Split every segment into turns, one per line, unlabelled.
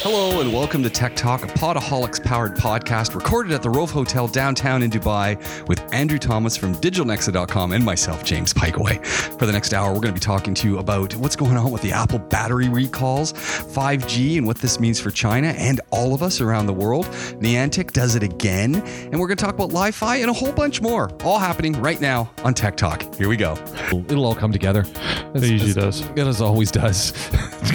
Hello and welcome to Tech Talk, a Podaholics powered podcast recorded at the Rove Hotel downtown in Dubai with Andrew Thomas from digitalnexa.com and myself, James Pikeway. For the next hour, we're going to be talking to you about what's going on with the Apple battery recalls, 5G, and what this means for China and all of us around the world. Niantic does it again. And we're going to talk about Li Fi and a whole bunch more, all happening right now on Tech Talk. Here we go.
It'll all come together. It
usually does.
It as always does.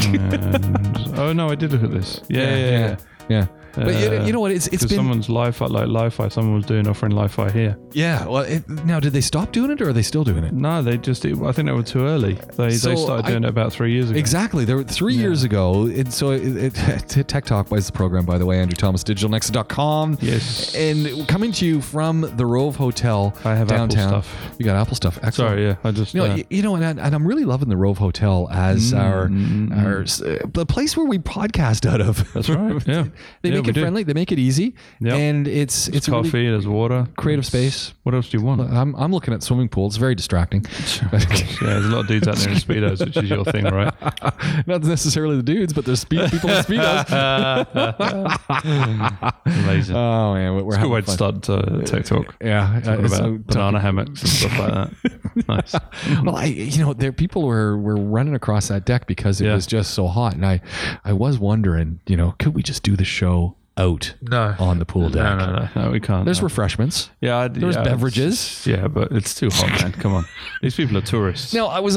and, oh no, I did look at this. Yeah, yeah, yeah.
yeah. But you, know,
Uh,
you know what? It's it's
'Cause
been
someone's Li-Fi, like Li-Fi, someone was doing offering Li-Fi here.
yeah. Well, it, now did they stop doing it or are they still doing it?
No, they just, it, I think they were too early. They,
So
they started
I-
doing it about three years ago.
Exactly. There were three years ago. And so it, it, Tech Talk was the program, by the way. Andrew Thomas, digitalnexa.com.
Yes.
And coming to you from the Rove Hotel
I have Apple
downtown.
stuff.
You got Apple stuff. Excellent.
Sorry, yeah, Mm-hmm. I just,
You know,
uh,
y- you know, and, I, and I'm really loving the Rove Hotel as our our s- uh, the place where we podcast out of.
that's right. Yeah,
they
Yeah,
make
we
it
do.
friendly. They make it easy,
Yep.
and it's it's,
It's
a
coffee.
really-
there's water.
creative
It's-
space. Uh,
What else do you want?
I'm, I'm looking at swimming pools. Very distracting.
yeah, there's a lot of dudes out there in speedos, which is your thing, right?
Not necessarily the dudes, but there's speed, people in speedos.
Amazing.
oh man, we're
Good
having
way to
fun.
start uh, tech talk.
Yeah, uh,
Talking about
so-
banana hammocks and stuff like that. nice.
well, I, you know, there people were were running across that deck because it
Yeah.
was just so hot, and I, I was wondering, you know, could we just do the show out
No.
on the pool deck?
No, no, no, no, we can't.
There's
no.
refreshments.
Yeah, I,
There's
yeah,
beverages.
it's- Yeah, but it's too hot, man. Come on, these people are tourists.
No, I was.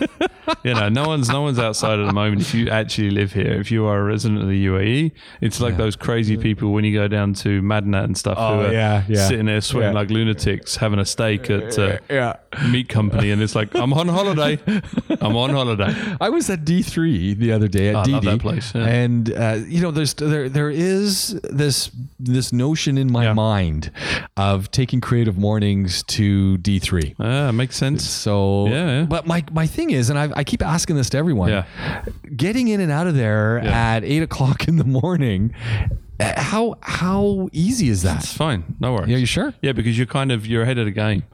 you know, no one's no one's outside at the moment. If you actually live here, if you are a resident of the UAE, it's like those crazy people when you go down to Madinat and stuff
Oh,
who are
yeah, yeah.
sitting there sweating
Yeah.
like lunatics, having a steak at uh,
yeah.
meat company, and it's like I'm on holiday. I'm on holiday.
I was at D three the other day at
Oh, I
DD,
love that place, yeah.
and uh, you know, there's there there is this this notion in my
Yeah.
mind of taking creative mornings to D three.
Ah, makes sense.
So,
Yeah, yeah.
but my my thing is, and I, I keep asking this to everyone,
Yeah.
getting in and out of there
Yeah.
at eight o'clock in the morning, uh, how how easy is that?
It's fine. No worries.
Yeah, you sure?
Yeah, because you're kind of you're ahead of the game.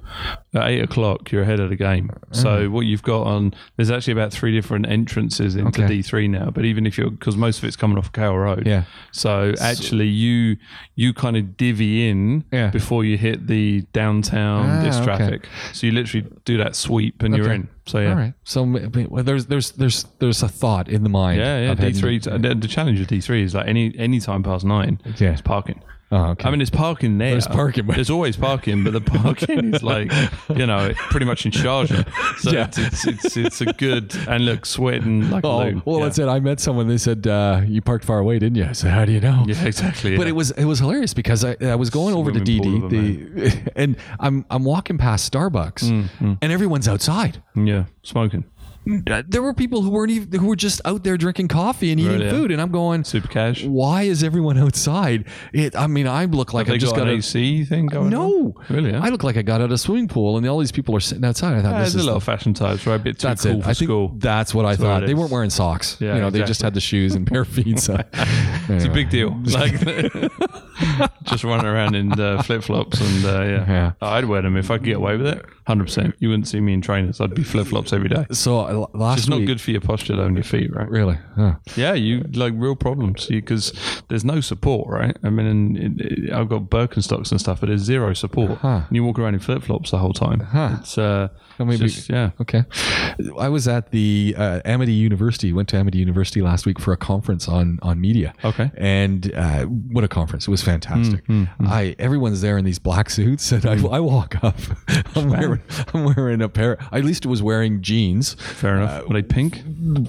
At eight o'clock, you're ahead of the game.
Mm.
So what you've got on there's actually about three different entrances into
Okay.
D three now. But even if you're because most of it's coming off Cowell Road.
Yeah.
So actually, you you kind of divvy in
Yeah.
before you hit the downtown
Ah,
this
okay.
traffic. So you literally do that sweep and you're
Okay.
in. So yeah.
All right. So m- m- well, there's there's there's there's a thought in the mind.
Yeah, yeah.
of heading-
D three. The, the challenge with D three is like any any time past nine,
Yeah.
it's parking.
Oh, okay.
I mean, there's parking there.
There's parking, but-
there's always parking, but the parking is like, you know, pretty much in charge. So
Yeah.
it's, it's, it's, it's a good, and look, sweating like
Oh,
Lou.
well,
yeah.
that's it. I met someone. They said uh, you parked far away, didn't you? I said, how do you know?
Yeah, exactly.
But
yeah.
it was it was hilarious because I, I was going over to
Swimming pool
DD
of
the, and I'm I'm walking past Starbucks
Mm,
and everyone's outside.
Yeah, smoking.
There were people who weren't even who were just out there drinking coffee and eating
Right, yeah.
food, and I'm going.
Super cash.
Why is everyone outside? It, I mean, I look like
They
I just
got,
got,
an
out.
AC thing going
No,
on? Really? Yeah.
I look like I got out of a swimming pool, and all these people are sitting outside. I thought
Ah,
this
There's
is
a lot of fashion types, right? A bit too
uh, that's
cool
it.
for
I think
school.
that's what I
what
thought.
it
They
is.
weren't wearing socks.
Yeah,
you know, they just
exactly.
had the shoes and bare feet. So.
it's a big deal. Like, just running around in uh, flip flops and uh, yeah.
Yeah.
I'd wear them if I could get away with it. Hundred percent. You wouldn't see me in trainers. I'd be flip flops every day.
So uh, last
It's not
week,
good for your posture though, on your feet, right?
really. Huh.
Yeah, you like real problems because there's no support, right? I mean, and it, it, I've got Birkenstocks and stuff, but there's zero support.
Huh.
And you walk around in flip flops the whole time. It's uh,
Well, maybe-
just- yeah.
Okay. I was at the uh, Amity University, went to Amity University last week for a conference on, on media.
Okay. Mm,
And uh, what a conference. It was fantastic. I Everyone's there in these black suits, and I, I walk up. I'm wearing, I'm wearing a pair, at least it was wearing jeans.
Fair enough. Were they pink?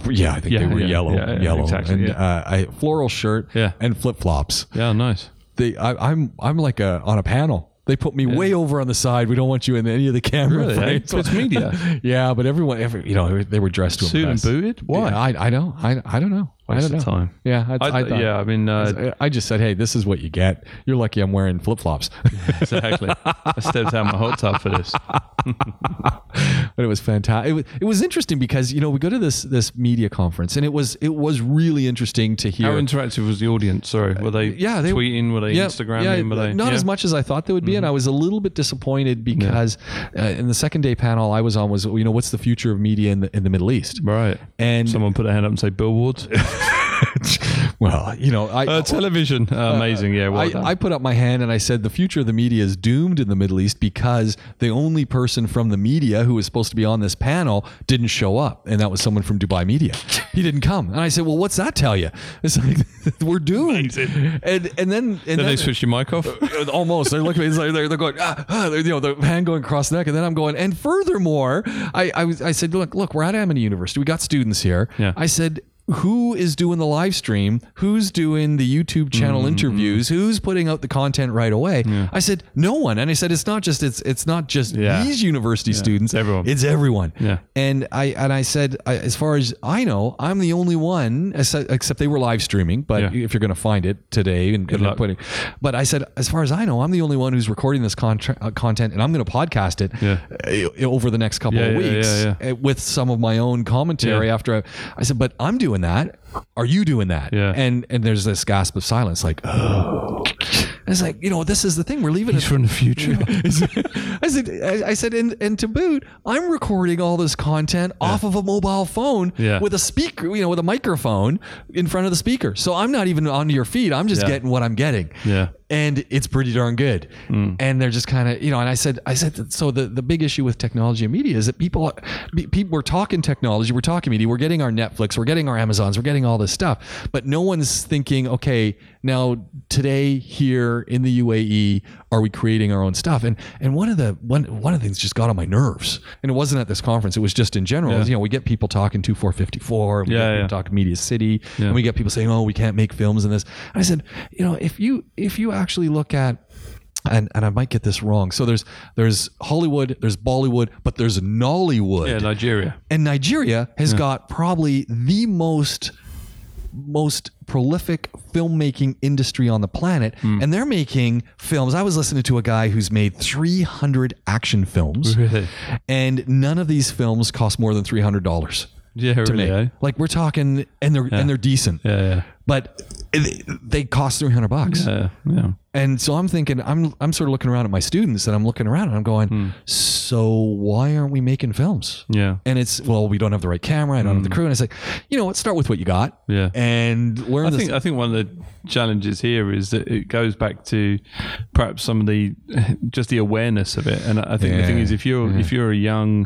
Yeah, I think they
Yeah,
were
yeah,
yellow,
yeah, yeah,
yellow,
exactly,
and
yeah.
uh, I, floral shirt,
Yeah.
and flip flops.
Yeah, nice.
They, I, I'm, I'm like a, on a panel. They put me way over on the side. We don't want you in any of the camera
Really? eh?
frames.
So it's media.
Yeah, but everyone, every you know, they were dressed to
Suit and
impress.
booted? Why?
Yeah, I, I don't, I, I don't know. I
Waste
don't know.
of time.
Yeah, I, I,
I,
thought,
yeah, I mean, uh,
I- I just said, hey, this is what you get. You're lucky I'm wearing flip flops, but
exactly. I stepped out my hot tub for this.
it was fantastic. It was, it was interesting because you know we go to this this media conference and it was it was really interesting to hear.
How interactive was the audience? Sorry, were they?
yeah, they
tweeting. Were they
Yeah,
Instagramming?
yeah,
were they?
not
yeah. Mm-hmm.
as much as I thought they would be, and I was a little bit disappointed because uh, in the second day panel I was on was you know what's the future of media in the in the Middle East,
Right.
and
Someone put their hand up and say billboards.
Well, you know, I
Uh, television, uh, amazing. Yeah, well
I,
done.
I put up my hand and I said the future of the media is doomed in the Middle East because the only person from the media who was supposed to be on this panel didn't show up, and that was someone from Dubai Media. He didn't come, and I said, "Well, what's that tell you?" It's like we're doomed. And and then and
Did
then,
they switch your mic off?
uh, almost they're looking at me it's like they're, they're going ah, ah," they're, you know the hand going across the neck and then i'm going and furthermore i i, was, I said look look we're at amity university we got students here
Yeah.
i said who is doing the live stream? Who's doing the YouTube channel
Mm-hmm,
interviews? Who's putting out the content right away? I said no one, and I said it's not just it's it's not just
Yeah.
these university students.
it's everyone.
It's everyone.
Yeah.
And I and I said, I, as far as I know, I'm the only one, except, except they were live streaming. But
Yeah.
if you're going to find it today and, and
luck.
putting, but I said, as far as I know, I'm the only one who's recording this contra- uh, content, and I'm going to podcast it
Yeah.
uh, over the next couple
Yeah,
of
yeah,
weeks
yeah,
uh, with some of my own commentary.
Yeah.
After I, I said, but I'm doing that. Are you doing that?
Yeah.
And and there's this gasp of silence, like oh. It's like you know, this is the thing we're leaving. it
from the future.
I said, I, I said, and, and to boot, I'm recording all this content off of a mobile phone
Yeah.
with a speaker, you know, with a microphone in front of the speaker. So I'm not even on your feed. I'm just
Yeah.
getting what I'm getting.
Yeah.
And it's pretty darn good.
Hmm.
And they're just kind of, you know, and I said, I said, that- so the, the big issue with technology and media is that people, are- pe- people, we're talking technology, we're talking media, we're getting our Netflix, we're getting our Amazons, we're getting all this stuff, but no one's thinking, okay, now today here in the UAE, are we creating our own stuff? And and one of the one one of the things just got on my nerves, and it wasn't at this conference; it was just in general. is, You know, we get people talking two four fifty four, and we
Yeah,
get people
yeah.
talking Media City, and we get people saying, "Oh, we can't make films in this." And I said, you know, if you if you actually look at and, and I might get this wrong. So there's there's Hollywood, there's Bollywood, but there's Nollywood
yeah, Nigeria.
and Nigeria has got probably the most most prolific filmmaking industry on the planet
Hmm.
and they're making films i was listening to a guy who's made 300 action films
Really?
and none of these films cost more than $300
Yeah,
to
really. eh?
make like we're talking and they're and they're decent
Yeah, yeah,
but it- they cost 300 bucks
yeah, yeah.
and so I'm thinking, I'm I'm sort of looking around at my students, and I'm looking around, and I'm going, so why aren't we making films?
Hmm. Yeah. Hmm.
And it's well, we don't have the right camera, I don't have the crew, and it's like, you know what? Start with what you got,
Yeah.
and learn
I
this.
think I think one of the challenges here is that it goes back to perhaps some of the just the awareness of it. And I think the thing is, if you're if you're a young,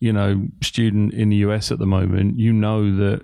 you know, student in the US at the moment, you know that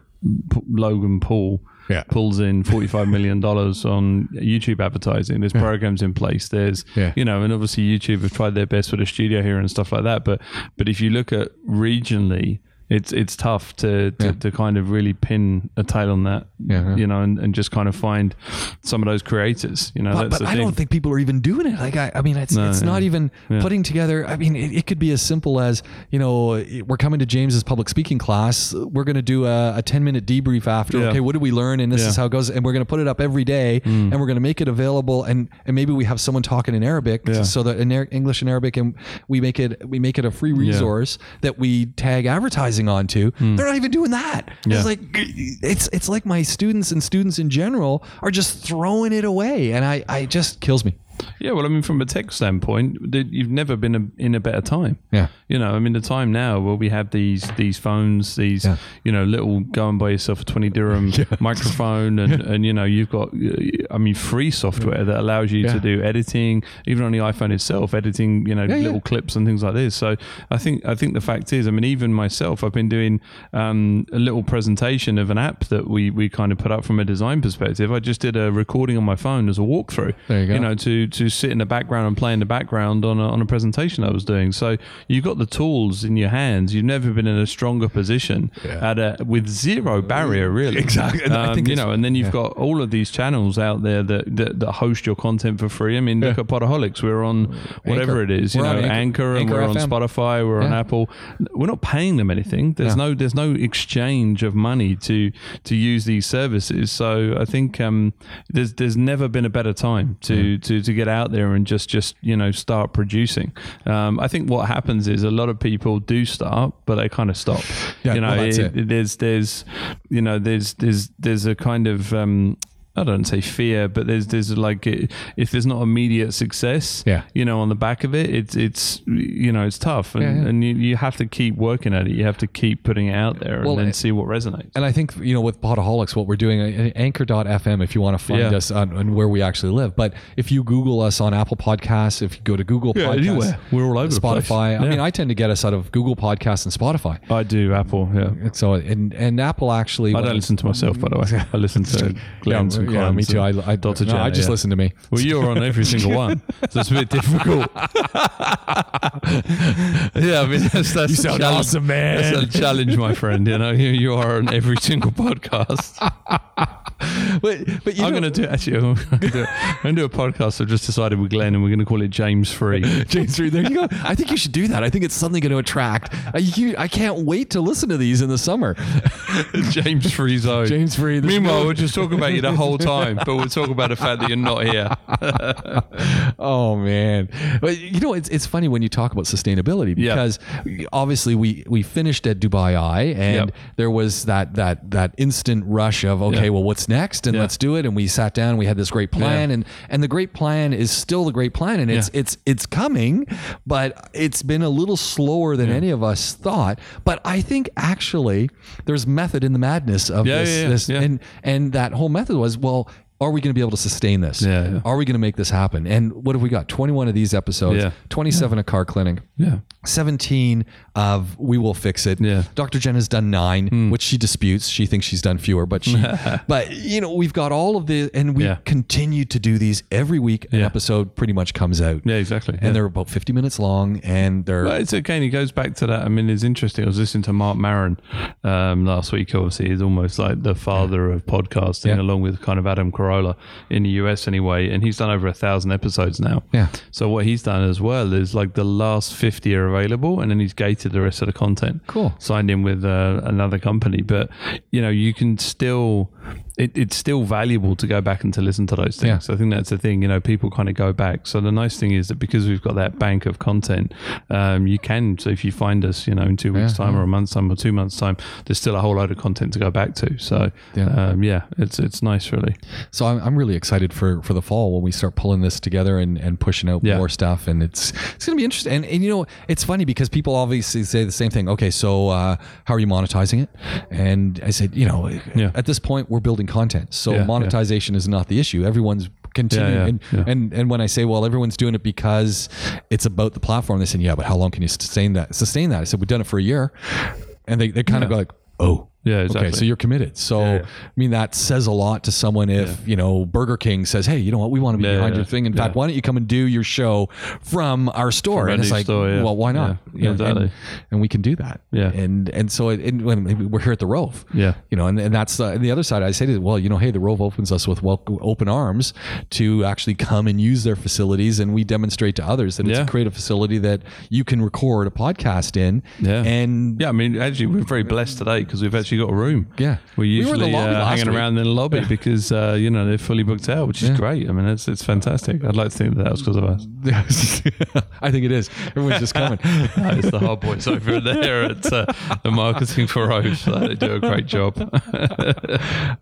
P- Logan Paul.
Yeah.
pulls in $45 million on YouTube advertising. There's programs in place. There's,
Yeah.
you know, and obviously YouTube have tried their best with a studio here and stuff like that. But, but if you look at regionally, it's, it's tough to, to, to kind of really pin a tail on that,
Yeah, yeah.
you know, and, and just kind of find some of those creators, you know,
but
that's
but
the
I
thing.
don't think people are even doing it. Like I, I mean, it's it's not even putting together. I mean, it, it could be as simple as you know, it- we're coming to James's public speaking class. We're going to do a, a ten minute debrief after.
Yeah.
Okay, what did we learn? And this
Yeah. Mm.
is how it goes. And we're going to put it up every day. And we're going to make it available. And and maybe we have someone talking in Arabic, so that in Ar- English and Arabic, and we make it we make it a free resource that we tag advertising onto. They're not even doing that.
Hmm. Yeah.
It's like it's it's like my students and students in general are just throwing it away, and I I just kills me.
Yeah, well, I mean, from a tech standpoint, th- you've never been a, in a better time.
Yeah.
you know, I mean, the time now where we have these these phones, these
Yeah.
you know, little go and buy yourself a twenty dirham microphone, and and you know, you've got, uh, I mean, free software that allows you to do editing, even on the iPhone itself, editing, you know,
yeah.
little clips and things like this. So I think I think the fact is, I mean, even myself, I've been doing um, a little presentation of an app that we we kind of put up from a design perspective. I just did a recording on my phone as a walkthrough.
There you go.
You know, to to sit in the background and play in the background on a, on a presentation I was doing. So you've got the tools in your hands. You've never been in a stronger position at a, with zero barrier, really. Exactly. Um, you know, and then you've got all of these channels out there that, that that host your content for free. I mean, look at Podaholics. We're on whatever
Anchor.
it is. You
We're on
know,
Anchor-
Anchor, and
Anchor
we're on
FM.
Spotify. We're on
Yeah.
Apple. We're not paying them anything. There's no there's no exchange of money to to use these services. So I think um, there's there's never been a better time to to to get out there and just just you know start producing. Um, I think what happens is a lot of people do start, but they kind of stop.
Yeah,
you know,
well, that's it.
there's there's you know there's there's there's a kind of um, I don't say fear, but there's there's like it, if there's not immediate success,
Yeah.
you know, on the back of it, it's it's you know it's tough, and,
Yeah, yeah.
and you, you have to keep working at it. You have to keep putting it out there,
Well,
and then
it-
see what resonates.
and I think you know with Podaholics, what we're doing uh, anchor.fm if you want to find
Yeah.
us on, on where we actually live. But if you Google us on Apple Podcasts, if you go to Google
Yeah,
Podcasts,
anywhere. We're all over the
Spotify.
place.
I
Yeah.
mean, I tend to get us out of Google Podcasts and Spotify.
I do Apple, yeah.
And so and and Apple actually.
I don't listen to myself, by the way. I listen to Glenn
yeah, yeah, me too. I, I,
Dr.
no, I
Janet,
just
yeah.
listen to me.
Well, you're on every single one, so it's a bit difficult. yeah, I mean that's that's you
sound awesome, man.
That's a challenge, my friend. You know, you, you are on every single podcast.
But but you
I'm going to do actually. I'm going to do, I'm gonna do a podcast. I've just decided with Glenn, and we're going to call it James Free.
James Reed, there you go. I think you should do that. I think it's suddenly going to attract. I, you, I can't wait to listen to these in the summer.
James Free Zone.
James Free, there's
Meanwhile, we're just talking about you the whole time, but we'll talk about the fact that you're not here.
Oh man, but you know it's it's funny when you talk about sustainability
Yeah.
because obviously we we finished at Dubai Eye and
Yep.
there was that that that instant rush of okay,
Yeah.
well what's next and
Yeah.
let's do it and we sat down, we had this great plan
Yeah.
and and the great plan is still the great plan and it's
Yeah.
it's it's coming, but it's been a little slower than any of us thought. But I think actually there's method in the madness of
Yeah,
this,
yeah, yeah,
this
yeah.
and and that whole method was well. Are we going to be able to sustain this?
Yeah, yeah.
Are we going to make this happen? And what have we got? 21 of these episodes,
Yeah.
27 a car clinic.
Yeah.
17 of we will fix it.
Yeah. Hmm.
Dr. Jen has done 9, which she disputes. She thinks she's done fewer, but she but you know, we've got all of the and we
Yeah.
continue to do these every week. An
Yeah.
episode pretty much comes out.
Yeah, exactly.
And they're about 50 minutes long and they're
But it's okay. And it goes back to that. I mean, it's interesting. I was listening to Mark Maron um, last week. Obviously, he's almost like the father of podcasting,
Yeah.
along with kind of Adam Carolla in the US anyway. And he's done over a thousand episodes now.
Yeah.
So what he's done as well is like the last fifty are available, and then he's gated the rest of the content.
Cool.
Signed in with uh, another company, but you know you can still. It, it's still valuable to go back and to listen to those things.
Yeah.
So I think that's the thing, you know, people kind of go back. So the nice thing is that because we've got that bank of content, um, you can, so if you find us, you know, in two weeks'
Yeah,
time or a month's time or two months' time, there's still a whole load of content to go back to. So,
Yeah.
yeah, um, yeah it's it's nice, really.
So I'm, I'm really excited for for the fall when we start pulling this together and, and pushing out
Yeah.
more stuff, and it's it's gonna be interesting. And, and you know, it's funny because people obviously say the same thing. Okay, so uh, how are you monetizing it? And I said, you know,
Yeah.
at this point we're building content, so
Yeah, yeah.
monetization is not the issue. Everyone's continuing,
Yeah, yeah,
and,
yeah.
and and when I say, well, everyone's doing it because it's about the platform, they said, yeah, but how long can you sustain that? Sustain that? I said, we've done it for a year, and they they kind of go like, oh.
Yeah,
Okay,
exactly.
so you're committed. So,
Yeah, yeah.
I mean, that says a lot to someone if, you know, Burger King says, hey, you know what, we want to be
Yeah,
behind
yeah,
your thing. In
yeah.
fact, why don't you come and do your show from our store?
our
and it's
new
like,
store, yeah.
well, why not?
Yeah,
You know,
exactly.
and, and we can do that.
Yeah.
And and so it, and when we're here at the Rove.
Yeah.
You know, and, and that's the, and the other side. I say to them, well, you know, hey, the Rove opens us with welcome, open arms to actually come and use their facilities. And we demonstrate to others that it's
Yeah.
a creative facility that you can record a podcast in.
Yeah.
And
Yeah, I mean, actually, we're very blessed today because we've actually got a room.
Yeah. We were in
we're
the
usually
lobby
uh,
last
hanging
week.
around in the lobby because uh, you know they're fully booked out, which is great. I mean, it's it's fantastic. I'd like to think that was because of us.
I think it is. Everyone's just coming.
it's the hard boys over there at uh, the marketing for Roche. They do a great job.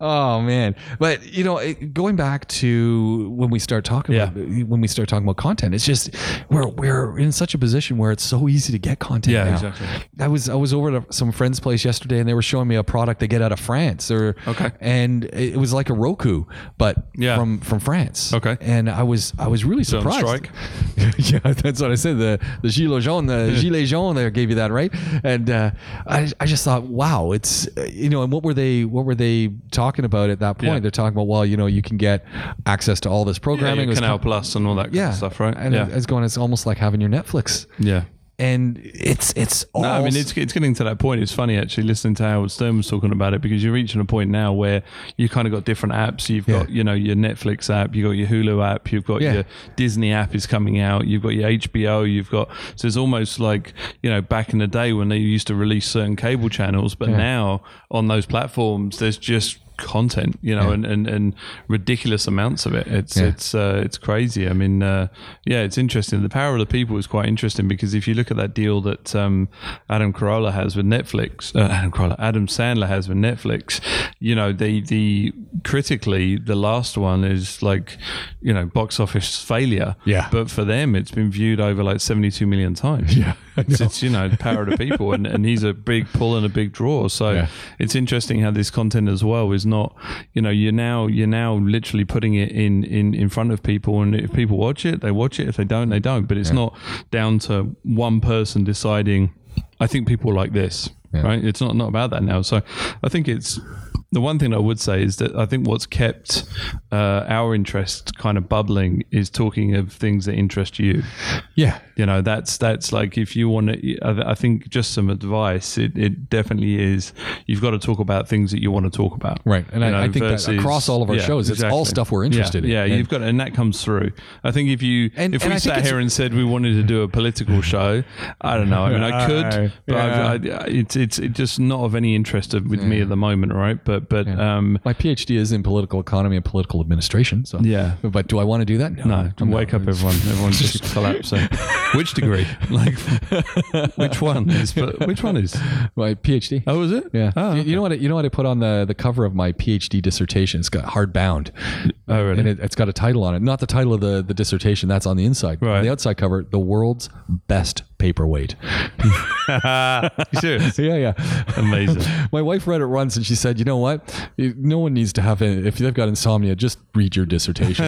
Oh man! But you know, it, going back to when we start talking,
Yeah.
about, when we start talking about content, it's just we're we're in such a position where it's so easy to get content.
Yeah,
now.
exactly.
I was I was over at some friend's place yesterday, and they were showing me a product they get out of France. Or
Okay.
and it was like a Roku, but
Yeah.
from from France.
Okay.
and I was I was really
on
surprised.
strike?
yeah, that's what I said. The the gilet jaune, the gilet jaune, there gave you that right, and uh, I I just thought, wow, it's uh, you know, and what were they what were they talking about at that point?
Yeah.
They're talking about well, you know, you can get access to all this
Yeah,
programming.
your
It was
Canal
com-
Plus and all that kind
yeah,
of stuff, right?
And uh,
yeah.
it's going, it's almost like having your Netflix,
yeah.
and it's it's all.
No, I mean it's it's getting to that point. It's funny actually listening to Howard Stern was talking about it because you're reaching a point now where you kind of got different apps. You've got
Yeah.
you know your Netflix app, you have got your Hulu app, you've got
Yeah.
your Disney app is coming out, you've got your HBO, you've got so it's almost like you know back in the day when they used to release certain cable channels, but now on those platforms there's just content, you know, and, and, and ridiculous amounts of it. It's
Yeah.
it's uh, it's crazy. I mean, uh, yeah, it's interesting. The power of the people is quite interesting because if you look at that deal that um, Adam Carolla has with Netflix, uh, Adam Carolla, Adam Sandler has with Netflix, you know, the the critically the last one is like, you know, box office failure.
Yeah.
but for them, it's been viewed over like seventy two million times.
Yeah, I
it's,
know.
it's, you know the power of the people, and, and he's a big pull and a big draw. So
Yeah.
it's interesting how this content as well is not, you know, you're now you're now literally putting it in in in front of people, and if people watch it, they watch it. If they don't, they don't. But it's not down to one person deciding. I think people like this, right? It's not not about that now. So I think it's. The one thing I would say is that I think what's kept uh, our interest kind of bubbling is talking of things that interest you
Yeah.
you know that's that's like if you want to i I think just some advice it, it definitely is you've got to talk about things that you want to talk about
Right. And I- I think that across all of our shows, it's all stuff we're interested in.
yeah, yeah
And-
you've got and that comes through i think if you
And-
if
and
we
I think
sat
it's-
here and said we wanted to do a political show i don't know i mean i could
Aye.
but I've, I, it's it's it's just not of any interest of- with me at the moment right but but um
My PhD is in political economy and political administration. So
Yeah.
But do I want to do that? No.
No,
I'm
wake
not.
up everyone. Everyone's just collapsing. Which degree? Like, which one is? But which one is?
My PhD.
Oh, is it?
Yeah.
Oh,
You-
okay.
You know what? I, you know what I put on the the cover of my PhD dissertation. It's got hardbound.
Oh, really?
And it, it's got a title on it. Not the title of the, the dissertation. That's on the inside.
Right.
On the outside cover, the world's best paperweight.
You serious?
So yeah, yeah.
Amazing.
My wife read it once and she said, "You know what? You- No one needs to have it. If they've got insomnia, just read your dissertation."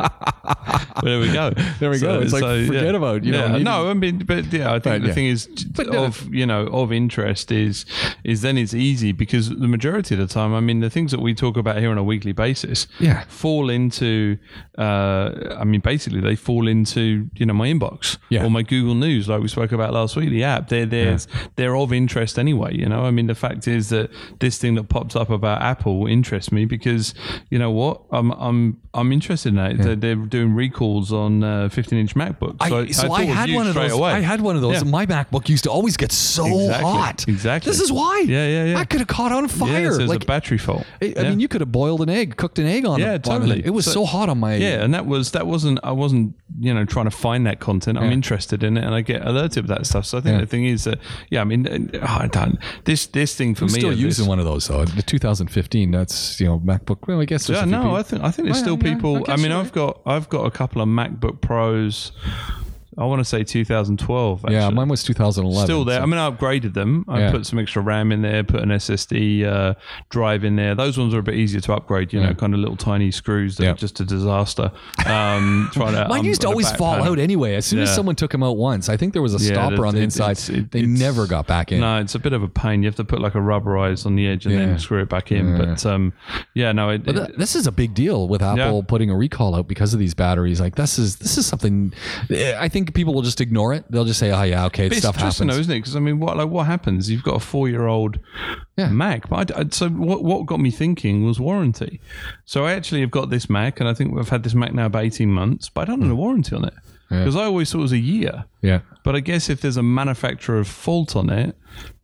Well, there we go. There
we go. It's like, forget about, you know,
yeah.
needing-
no, I mean, but yeah, I think
Right,
the
yeah.
thing is of you know of interest is is then it's easy because the majority of the time, I mean, the things that we talk about here on a weekly basis,
Yeah.
fall into. Uh, I mean, basically, they fall into you know my inbox
Yeah.
or my Google News, like we spoke about last week. The app, they're they're, they're of interest anyway. You know, I mean, the fact is that this thing that pops up about Apple interests me because you know what, I'm I'm I'm interested in that. They're, they're doing recalls on uh, 15 inch MacBooks.
I, so
thought
I,
of
had
you
one of
straight
those. I had one of those.
Yeah.
and My MacBook used to always get so
Exactly.
hot.
Exactly.
This is why.
Yeah, yeah, yeah.
I could have caught on
Yeah,
fire.
so it's
like,
a battery fault.
I, I
Yeah.
mean, you could have boiled an egg, cooked an egg on.
Yeah,
a- on a-
totally.
it was so,
So-
hot on my.
Yeah, and that was that wasn't I wasn't you know trying to find that content. I'm interested in it, and I get alerted with that stuff. So I think the thing is that yeah, I mean, and- oh, I don't this this thing for
I'm
me.
still
of this-
using one of I guess there's a few people- Yeah, no, I think- I think there's still 2015. That's you know MacBook. Well, I guess.
Yeah, no, I think I
Oh,
think there's still people. I mean, I've got I've got a couple of MacBook Pros. I want to say 2012. Actually.
yeah, mine was 2011.
Still there. I mean, I upgraded them. I
Yeah.
put some extra RAM in there, put an SSD uh, drive in there. Those ones are a bit easier to upgrade. You know, kind of little tiny screws that
Yeah.
are just a disaster. Um, trying to
Mine
um,
used to
on the
always
back
fall
panel.
out anyway. As soon as
Yeah.
someone took them out once, I think there was a
Yeah,
stopper on the
it-
inside.
it's- it-
they
it's-
never got back in.
No, it's a bit of a pain. You have to put like a rubberized on the edge and
Yeah.
then screw it back in. But um, yeah, no, it,
But
it-
th- this is a big deal with Apple putting a recall out because of these batteries. Like this is this is something. eh, I think people will just ignore it. They'll just say, "Oh yeah, okay,
But
stuff
it's interesting,
happens."
though, isn't it? Because I mean, what like what happens? You've got a four-year-old
Yeah.
Mac, but I d- I, so what? What got me thinking was warranty. So I actually have got this Mac, and I think we've had this Mac now about eighteen months, but I don't know
Hmm.
the warranty on it because I always thought it was a year.
Yeah,
But I guess if there's a manufacturer fault on it,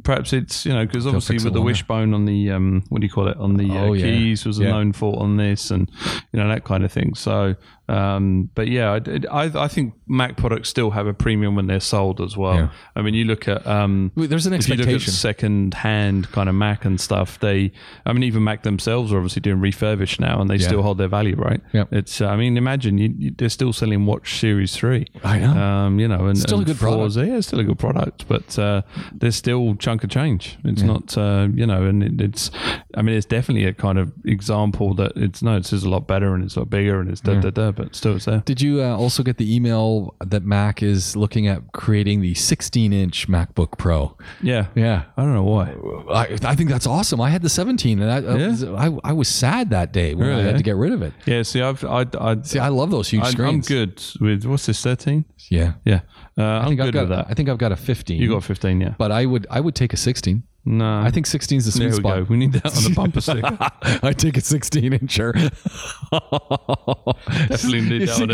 perhaps it's you know because obviously
fix
with
it
the
on it.
wishbone on the um what do you call it on the uh,
Oh, yeah.
keys was a
Yeah.
known fault on this and you know that kind of thing. So, um, but yeah, I, I I think Mac products still have a premium when they're sold as well.
Yeah.
I mean, you look at um
Wait, there's an
if you look at
expectation.
second hand kind of Mac and stuff. They, I mean, even Mac themselves are obviously doing refurbished now, and they still hold their value, right?
Yeah.
It's, uh, I mean, imagine you, you, they're still selling Watch Series Three.
I know.
Um, you know, and
Still a
and
good product.
fours, Yeah, it's still a good product, but uh, there's still chunk of change. It's not, uh, you know, and it, it's, I mean, it's definitely a kind of example that it's no, it's just a lot better and it's a lot bigger and it's da da da, but still it's there.
Did you uh, also get the email that Mac is looking at creating the 16-inch MacBook Pro?
Yeah.
Yeah.
I don't know why.
I, I think that's awesome. I had the 17, and I, I, was- I, I was sad that day when I
Really,
had
eh?
to get rid of it.
Yeah. See, I've, I, I,
See, I love those huge
I I'm
screens.
good with what's this 13?
Yeah,
Yeah, uh, I'm
I think
good
I've got.
with that.
I think I've got a 15.
you got 15, yeah.
but I would I would take a 16.
no,
I think 16 is the sweet
there we
spot.
go. We need that on the bumper sticker.
I take a 16 incher.
Definitely need that on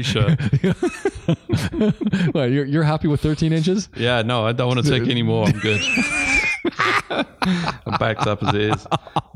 a t-shirt.
well, you're, you're happy with 13 inches?
Yeah, no, I don't want to take any more. I'm good. I'm backed up as it is.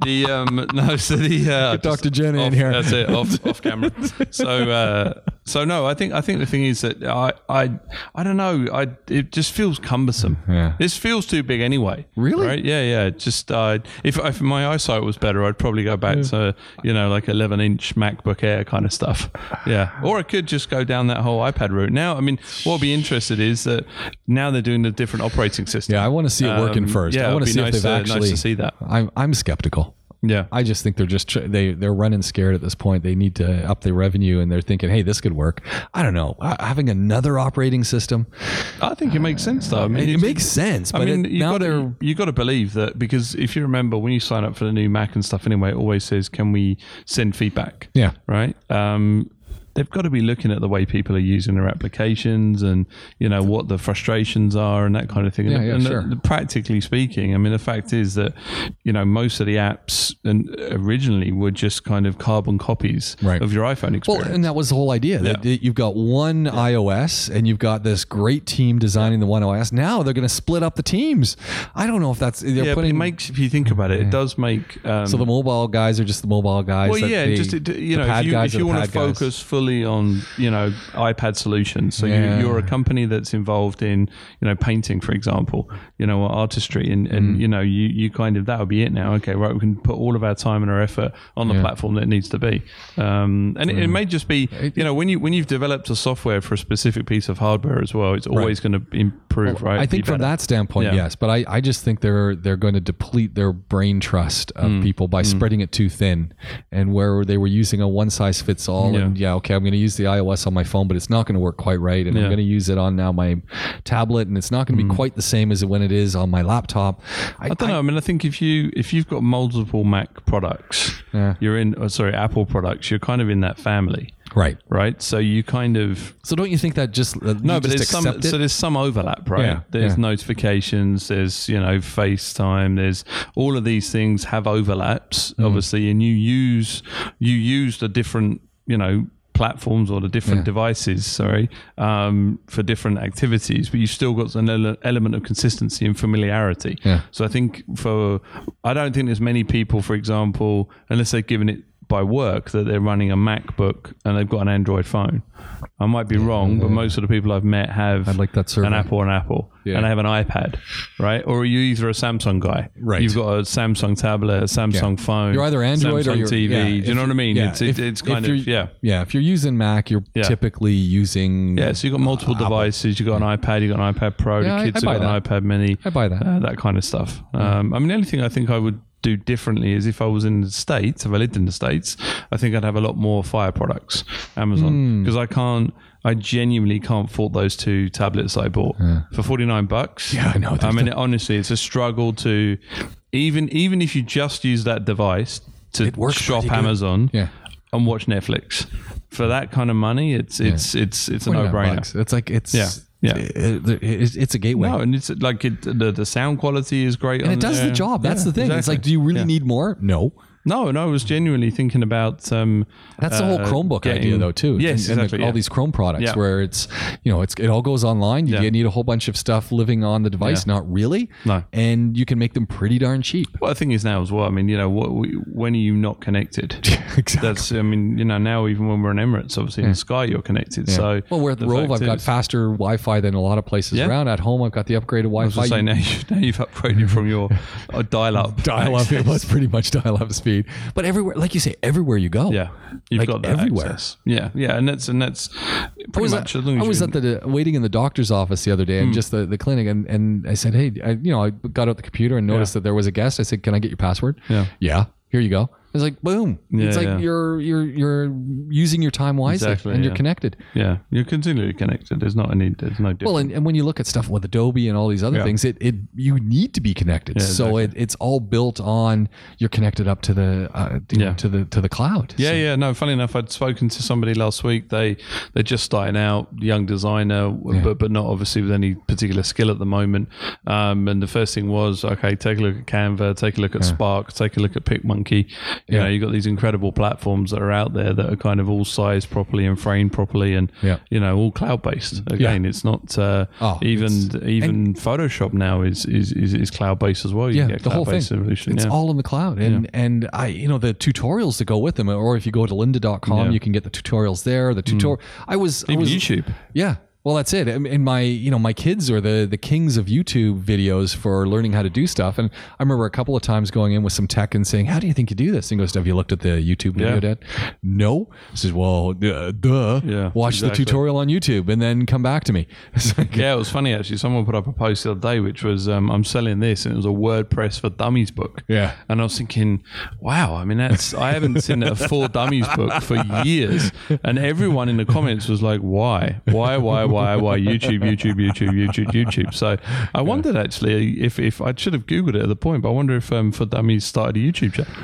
The um, no, so the uh,
Get
just
Dr. Jenny in
off-
here.
That's it, off, off camera. So uh, so no, I think I think the thing is that I I I don't know. I it just feels cumbersome.
Yeah.
this feels too big anyway.
Really?
Right? Yeah, yeah. Just uh, if if my eyesight was better, I'd probably go back to you know like 11 inch MacBook Air kind of stuff. Yeah, or I could just go down that whole iPad route. Now, I mean, what'd be interested is that now they're doing the different operating system.
Yeah, I want to see it working
Um,
first.
yeah,
I
it'd
want to
be
see
nice
if they've
to- nice to
actually
see that.
I'm I'm skeptical.
Yeah.
I just think they're just tr- they they're running scared at this point. They need to up their revenue, and they're thinking, "Hey, this could work." I don't know. I- Having another operating system,
I think it makes sense though. I mean,
it, it
it's-
makes sense. But
I mean,
it-
you
now
got
they're
to you got to believe that because if you remember when you sign up for the new Mac and stuff, anyway, it always says, "Can we send feedback?"
Yeah.
right. Um, they've got to be looking at the way people are using their applications and you know what the frustrations are and that kind of thing.
Yeah,
and
yeah,
and the-
sure.
the- practically speaking, I mean, the fact is that you know most of the apps and originally were just kind of carbon copies
Right.
of your iPhone experience.
Well, and that was the whole idea that that you've got one iOS and you've got this great team designing the one iOS. Now they're going to split up the teams. I don't know if that's they're
yeah, but
putting.
it makes if you think about it, it does make um,
so the mobile guys are just the mobile guys.
Well,
that
yeah,
the-
just it- you
the
know, if
pad
you,
guys
if
are
you
the
want to
pad guys.
focus fully on you know iPad solutions, so
Yeah.
you, you're a company that's involved in you know painting, for example, you know, or artistry, and,
Mm.
and you know, you you kind of that would be it now. Okay, right, we can put all of our time and our effort on the platform that it needs to be, um, and it,
Mm.
it may just be you know when you when you've developed a software for a specific piece of hardware as well, it's always going to improve, right?
I think
Be
from
better.
that standpoint,
Yeah.
yes. But I, I just think they're they're going to deplete their brain trust of
Mm.
people by spreading it too thin, and where they were using a one size fits all, and yeah, okay, I'm going to use the iOS on my phone, but it's not going to work quite right, and I'm
Yeah. Mm.
going to use it on now my tablet, and it's not going to be quite the same as when it is on my laptop. I,
I don't know. I mean, I think if you if you've got multiple Mac products,
Yeah.
you're in. Oh, sorry, Apple products. You're kind of in that family,
right.
right? So you kind of
So don't you think that just no,
no, but
just
there's some.
accept it?
So there's some overlap, right?
Yeah,
there's
yeah.
notifications. There's you know FaceTime. There's all of these things have overlaps,
Mm.
obviously, and you use you use the different you know platforms or the different devices sorry um, for different activities but you've still got an ele- element of consistency and familiarity
Yeah.
so I think for I don't think there's many people, for example, unless they're given it by work that they're running a MacBook and they've got an Android phone. I might be wrong, but most of the people I've met have
like that survey.
an Apple and Apple
Yeah.
and they have an iPad, right? Or are you either a Samsung guy?
Right.
You've got a Samsung tablet, a Samsung phone.
You're either Android
Samsung
or you're,
TV.
yeah,
Do you
if-
know what I mean?
yeah,
It's it,
if-
it's
if
kind of
you're-
yeah.
yeah. If you're using Mac, you're
Yeah.
typically using
Yeah, so you've got multiple devices. You've got an iPad, you've got an iPad Pro,
Ah, Yeah, I-
the kids
I
have
buy
got an iPad Mini.
I buy that.
Uh, that kind of stuff.
Hmm.
Um, I mean, the only thing I think I would do differently is if I was in the States, if I lived in the States, I think I'd have a lot more Fire products, Amazon,
Hmm.
because I can't. I genuinely can't fault those two tablets I bought for forty nine bucks.
Yeah, I know.
I mean, honestly, it's a struggle to even even if you just use that device to
works
shop
pretty good.
Amazon
Yeah.
and watch Netflix for that kind of money. It's it's it's it's a no
29
brainer.
bucks. It's like it's
Yeah, yeah.
it- it- it's, it's a gateway.
No, and it's like it, the the sound quality is great,
and it does the job. That's the thing. It's like, do you really need more? No.
No, no, I was genuinely thinking about. Um,
That's the whole
uh,
Chromebook
getting-
idea, though, too. and,
Yes,
and the-
exactly.
all
yeah.
these Chrome products,
Yeah.
where it's you know it's it all goes online. You
Yeah.
need a whole bunch of stuff living on the device, not really.
No.
and you can make them pretty darn cheap.
Well, the thing is now as well. I mean, you know, what we, when are you not connected?
Exactly.
That's. I mean, you know, now even when we're in Emirates, obviously in Sky, you're connected. So
well, we're at the, Rove.
fact
I've got
is-
faster Wi-Fi than a lot of places
Yeah.
around. At home, I've got the upgraded
I was
Wi-Fi.
just saying, now, you, now you've upgraded from your uh, dial-up.
dial up. It
access.
was pretty much dial up speed. But everywhere, like you say, everywhere you go,
Yeah, you've
Like
got that
everywhere.
access. Yeah, yeah, and that's and that's pretty
I was,
much
at,
as Hmm. long as
I
you
was
can-
at the waiting in the doctor's office the other day, and just the, the clinic, and, and I said, hey, I, you know, I got out the computer and noticed that there was a guest. I said, can I get your password?
Yeah.
Yeah. Here you go. It's like boom. it's like
yeah.
you're you're you're using your time wisely,
Exactly,
and you're
yeah.
connected.
yeah, you're continually connected. There's not any. There's no difference.
Well, and, and when you look at stuff with Adobe and all these other things, it, it you need to be connected. so it, it's all built on you're connected up to the uh, you know,
Yeah.
to the to the cloud.
Yeah, yeah. No, funny enough, I'd spoken to somebody last week. They they're just starting out, young designer, w but but not obviously with any particular skill at the moment. Um, and the first thing was, okay, take a look at Canva, take a look at Spark, take a look at PicMonkey. You
Yeah.
know, you've got these incredible platforms that are out there that are kind of all sized properly and framed properly, and
Yeah.
you know, all cloud based. Again, it's not uh,
Oh,
even
it's-
even Photoshop now is is, is, is cloud based as well. You
yeah,
can get
the whole thing.
cloud-based solution.
it's
yeah.
all in the cloud, and and I, you know, the tutorials that go with them, or if you go to lynda.com,
Yeah. Mm.
you can get the tutorials there. The tutorial, I was, I
Even
was
YouTube.
Yeah. Well, that's it. And and my, you know, my kids are the the kings of YouTube videos for learning how to do stuff. And I remember a couple of times going in with some tech and saying, "How do you think you do this?" And he goes, "Have you looked at the YouTube video,
Yeah.
Dad?" No. I says, "Well, uh, duh.
Yeah,
Watch
exactly.
the tutorial on YouTube and then come back to me." It's like,
Yeah, it was funny actually. Someone put up a post the other day, which was um, "I'm selling this," and it was a WordPress for Dummies book.
Yeah.
and I was thinking, wow. I mean, that's I haven't seen a for Dummies book for years, and everyone in the comments was like, "Why? Why? Why? Why? Why? YouTube? YouTube? YouTube? YouTube? YouTube?" So I wondered actually if if I should have googled it at the point, but I wonder if um, for Dummies started a YouTube channel.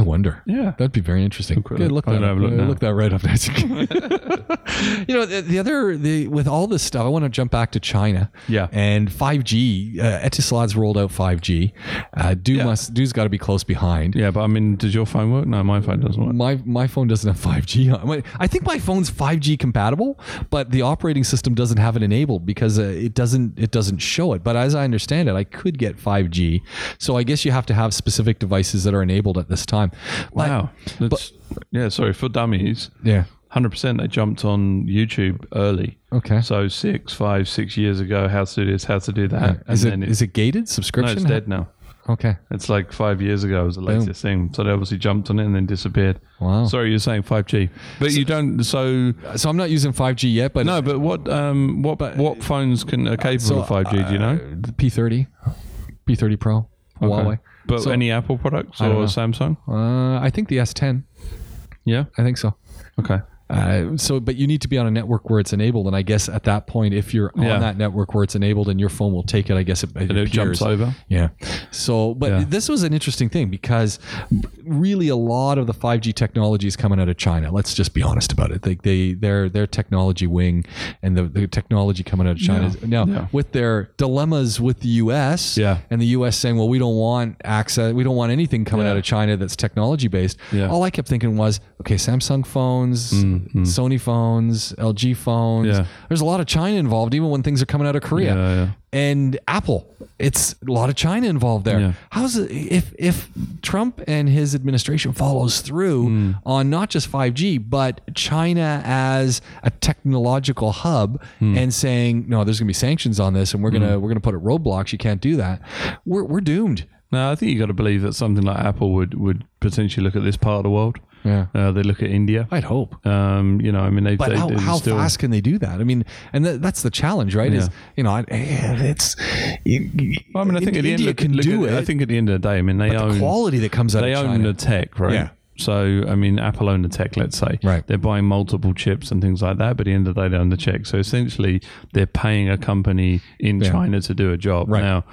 I wonder.
Yeah.
that'd be very interesting.
quick
Good,
look.
look
I'm
that
gonna
up.
have a look
Uh,
now.
look that right up. you know, the, the other the with all this stuff, I want to jump back to China.
Yeah.
and 5G. Uh, Etisalat's rolled out 5G. Uh, Do must Do's got to be close behind.
Yeah, but I mean, does your phone work? No, my phone doesn't work.
My my phone doesn't have 5G. on- I, mean, I think my phone's 5G compatible, but the operating system doesn't have it enabled because uh, it doesn't it doesn't show it. But as I understand it, I could get 5G. So I guess you have to have specific devices that are enabled at this time. But-
Wow. That's, yeah, sorry for Dummies.
yeah.
Hundred percent. They jumped on YouTube early.
Okay.
So six, five, six years ago, how to do this, how to do that,
Is it
then
is it gated
no,
subscription?
it's dead now.
Okay.
It's like five years ago was the latest thing. So they obviously jumped on it and then disappeared.
Wow.
Sorry, you're saying five G, but you don't. So
So I'm not using 5G yet, but
no, but what um what what phones can are capable
so,
of five G? do you know?
the P30, P30 Pro, Huawei.
But
So-
any Apple products or
don't know.
Samsung?
Uh, I think the S10.
Yeah.
I think so.
Okay.
Uh, so, but you need to be on a network where it's enabled, and I guess at that point, if you're
Yeah.
on that network where it's enabled, and your phone will take it, I guess it, it,
it jumps
appears.
over.
Yeah. So, but
Yeah.
this was an interesting thing because really a lot of the 5G technology is coming out of China. Let's just be honest about it. Like they, their their technology wing and the, the technology coming out of China is now
Yeah.
with their dilemmas with the US
Yeah.
and the US saying, well, we don't want access, we don't want anything coming
Yeah.
out of China that's technology based.
Yeah.
All I kept thinking was, okay, Samsung phones, Sony phones, LG phones.
Mm-hmm. Yeah.
There's a lot of China involved, even when things are coming out of Korea
Yeah, yeah.
and Apple. It's a lot of China involved there.
Yeah.
How's it, if if Trump and his administration follows through
Mm.
on not just 5G but China as a technological hub
Mm.
and saying no, there's going to be sanctions on this and we're gonna we're gonna put it roadblocks. You can't do that. We're we're doomed.
No, I think you got to believe that something like Apple would would potentially look at this part of the world.
Yeah.
Uh, they look at India.
I'd hope.
Um, you know, I mean, they,
But
they,
how,
they
how
still,
fast can they do that? I mean, and th- that's the challenge, right? Is you know, I, eh, it's.
I mean, I think at the end,
India
look-
can
look
do
at- I
it.
think at the end of the day, I mean, they
the
own
quality that comes out
they
of
own
China.
the tech, right?
Yeah.
So, I mean, Apple own the tech, let's say.
Right.
They're buying multiple chips and things like that, but at the end of the day, they own the tech. So essentially, they're paying a company in China to do a job.
Right.
Now,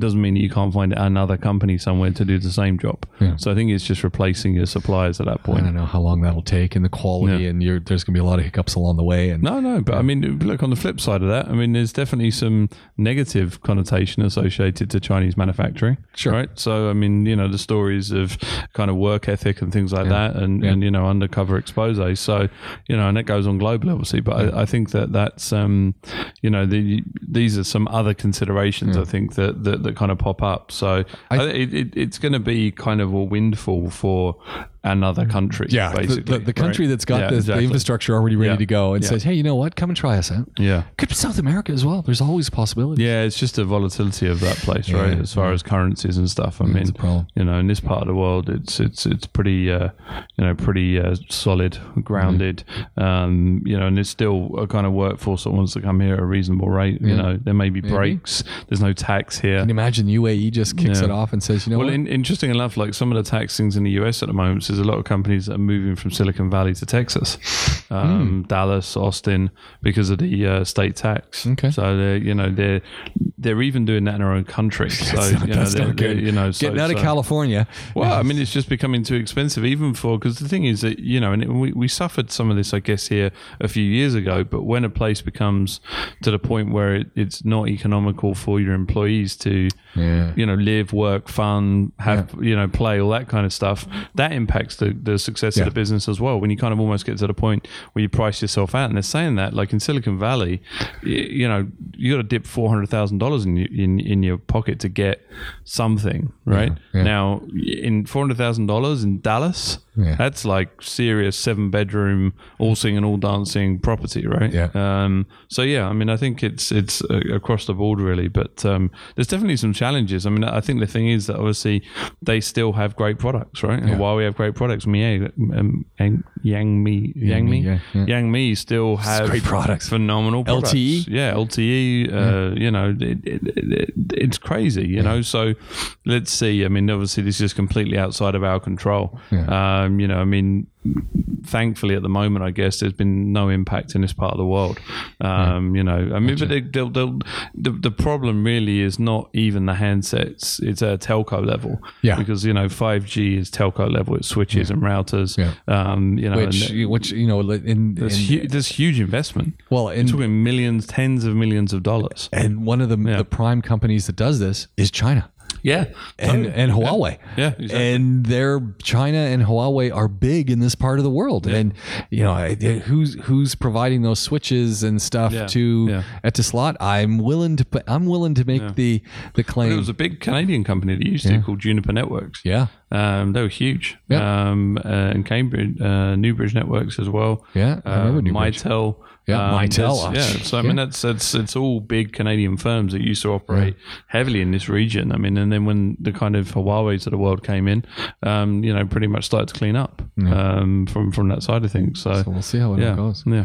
doesn't mean that you can't find another company somewhere to do the same job. So I think it's just replacing your suppliers at that
I
point.
don't know how long that'll take and the quality,
Yeah.
and you're, there's going to be a lot of hiccups along the way. And
No, no, but I mean, look on the flip side of that. I mean, there's definitely some negative connotation associated to Chinese manufacturing,
Sure.
right? So, I mean, you know, the stories of kind of work ethic and things like that, and, and you know, undercover expose. So, you know, and it goes on globally, obviously. But I, I think that that's, um, you know, the, these are some other considerations I think that, that that kind of pop up. So, I, it, it, it's going to be kind of a windfall for another country.
Mm. yeah, the,
basically,
the, the country
right?
that's got
Yeah,
the, the
exactly.
infrastructure already ready
Yeah.
to go and
Yeah.
says, hey, you know what? Come and try us out.
Yeah.
Could be South America as well. There's always a possibility.
Yeah, it's just the volatility of that place, right? As far as currencies and stuff. I mean,
a problem.
you know, in this part of the world, it's it's it's pretty, uh, you know, pretty uh, solid, grounded.
Mm-hmm.
Um, you know, and it's still a kind of workforce that wants to come here at a reasonable rate. You know, there may be breaks. There's no tax here.
Can you imagine UAE E just kicks
Yeah.
it off and says, you know
Well,
what?
in, interesting enough, like some of the tax things in the US at the moment there's a lot of companies that are moving from Silicon Valley to Texas,
Hmm.
um, Dallas, Austin, because of the uh, state tax.
Okay.
So they're you know they're they're even doing that in our own country. So
not-
you know,
that's
they're-
not good.
they're, You know,
Getting
so-
out of
so-
California.
well, I mean, it's just becoming too expensive, even for because the thing is that you know, and it, we we suffered some of this, I guess, here a few years ago. But when a place becomes to the point where it, it's not economical for your employees to, you know, live, work, fun, have you know, play, all that kind of stuff, that impacts the the success
Yeah.
of the business as well. When you kind of almost get to the point where you price yourself out, and they're saying that, like in Silicon Valley, y- you know, you got to dip four hundred thousand dollars in your in, in your pocket to get something, right?
yeah.
Now, in four hundred thousand dollars in Dallas,
Yeah.
that's like serious seven bedroom, all singing, all dancing property, right?
Yeah.
Um, so yeah, I mean, I think it's it's uh, across the board really, but um, there's definitely some challenges. I mean, I think the thing is that obviously they still have great products, right? And while we have great products, Mie, um, Yang, Yang Mi, Yang Mi,
yeah, yeah.
Yang Mi still have
great products. E?
phenomenal products.
LTE?
yeah, LTE. Uh, You know, it, it, it, it's crazy. You know, so let's see. I mean, obviously, this is completely outside of our control. Um, you know, I mean, thankfully, at the moment, I guess there's been no impact in this part of the world. Um, You know, I mean, but they, they'll, they'll, the the problem really is not even the handsets; it's at a telco level.
Yeah.
because you know, five G is telco level. It's switches and routers.
Yeah.
Um, you know, and
Which, which you know, in, in
there's, hu- there's huge investment.
well, in
We're talking millions, tens of millions of dollars.
and one of the, the prime companies that does this is China
Yeah.
and, and Huawei.
Oh, Yeah, exactly.
and they're China and Huawei are big in this part of the world, and you know I- I- who's who's providing those switches and stuff
Yeah,
to
yeah.
at to slot. I'm willing to put, I'm willing to make the the
It
claim.
was a big Canadian company that used to called Juniper Networks.
yeah,
Um, they were huge.
Yeah.
Um, uh, and Cambridge, uh, Newbridge Networks as well.
Yeah, I
Uh,
remember Newbridge.
Mitel.
Yeah, Mitel.
there's- Yeah. So I
Yeah.
mean, that's that's it's all big Canadian firms that used to operate heavily in this region. I mean, and then when the kind of Huawei's of the world came in, um, you know, pretty much started to clean up um, from from that side of things. So,
we'll see how it
yeah,
all goes.
yeah.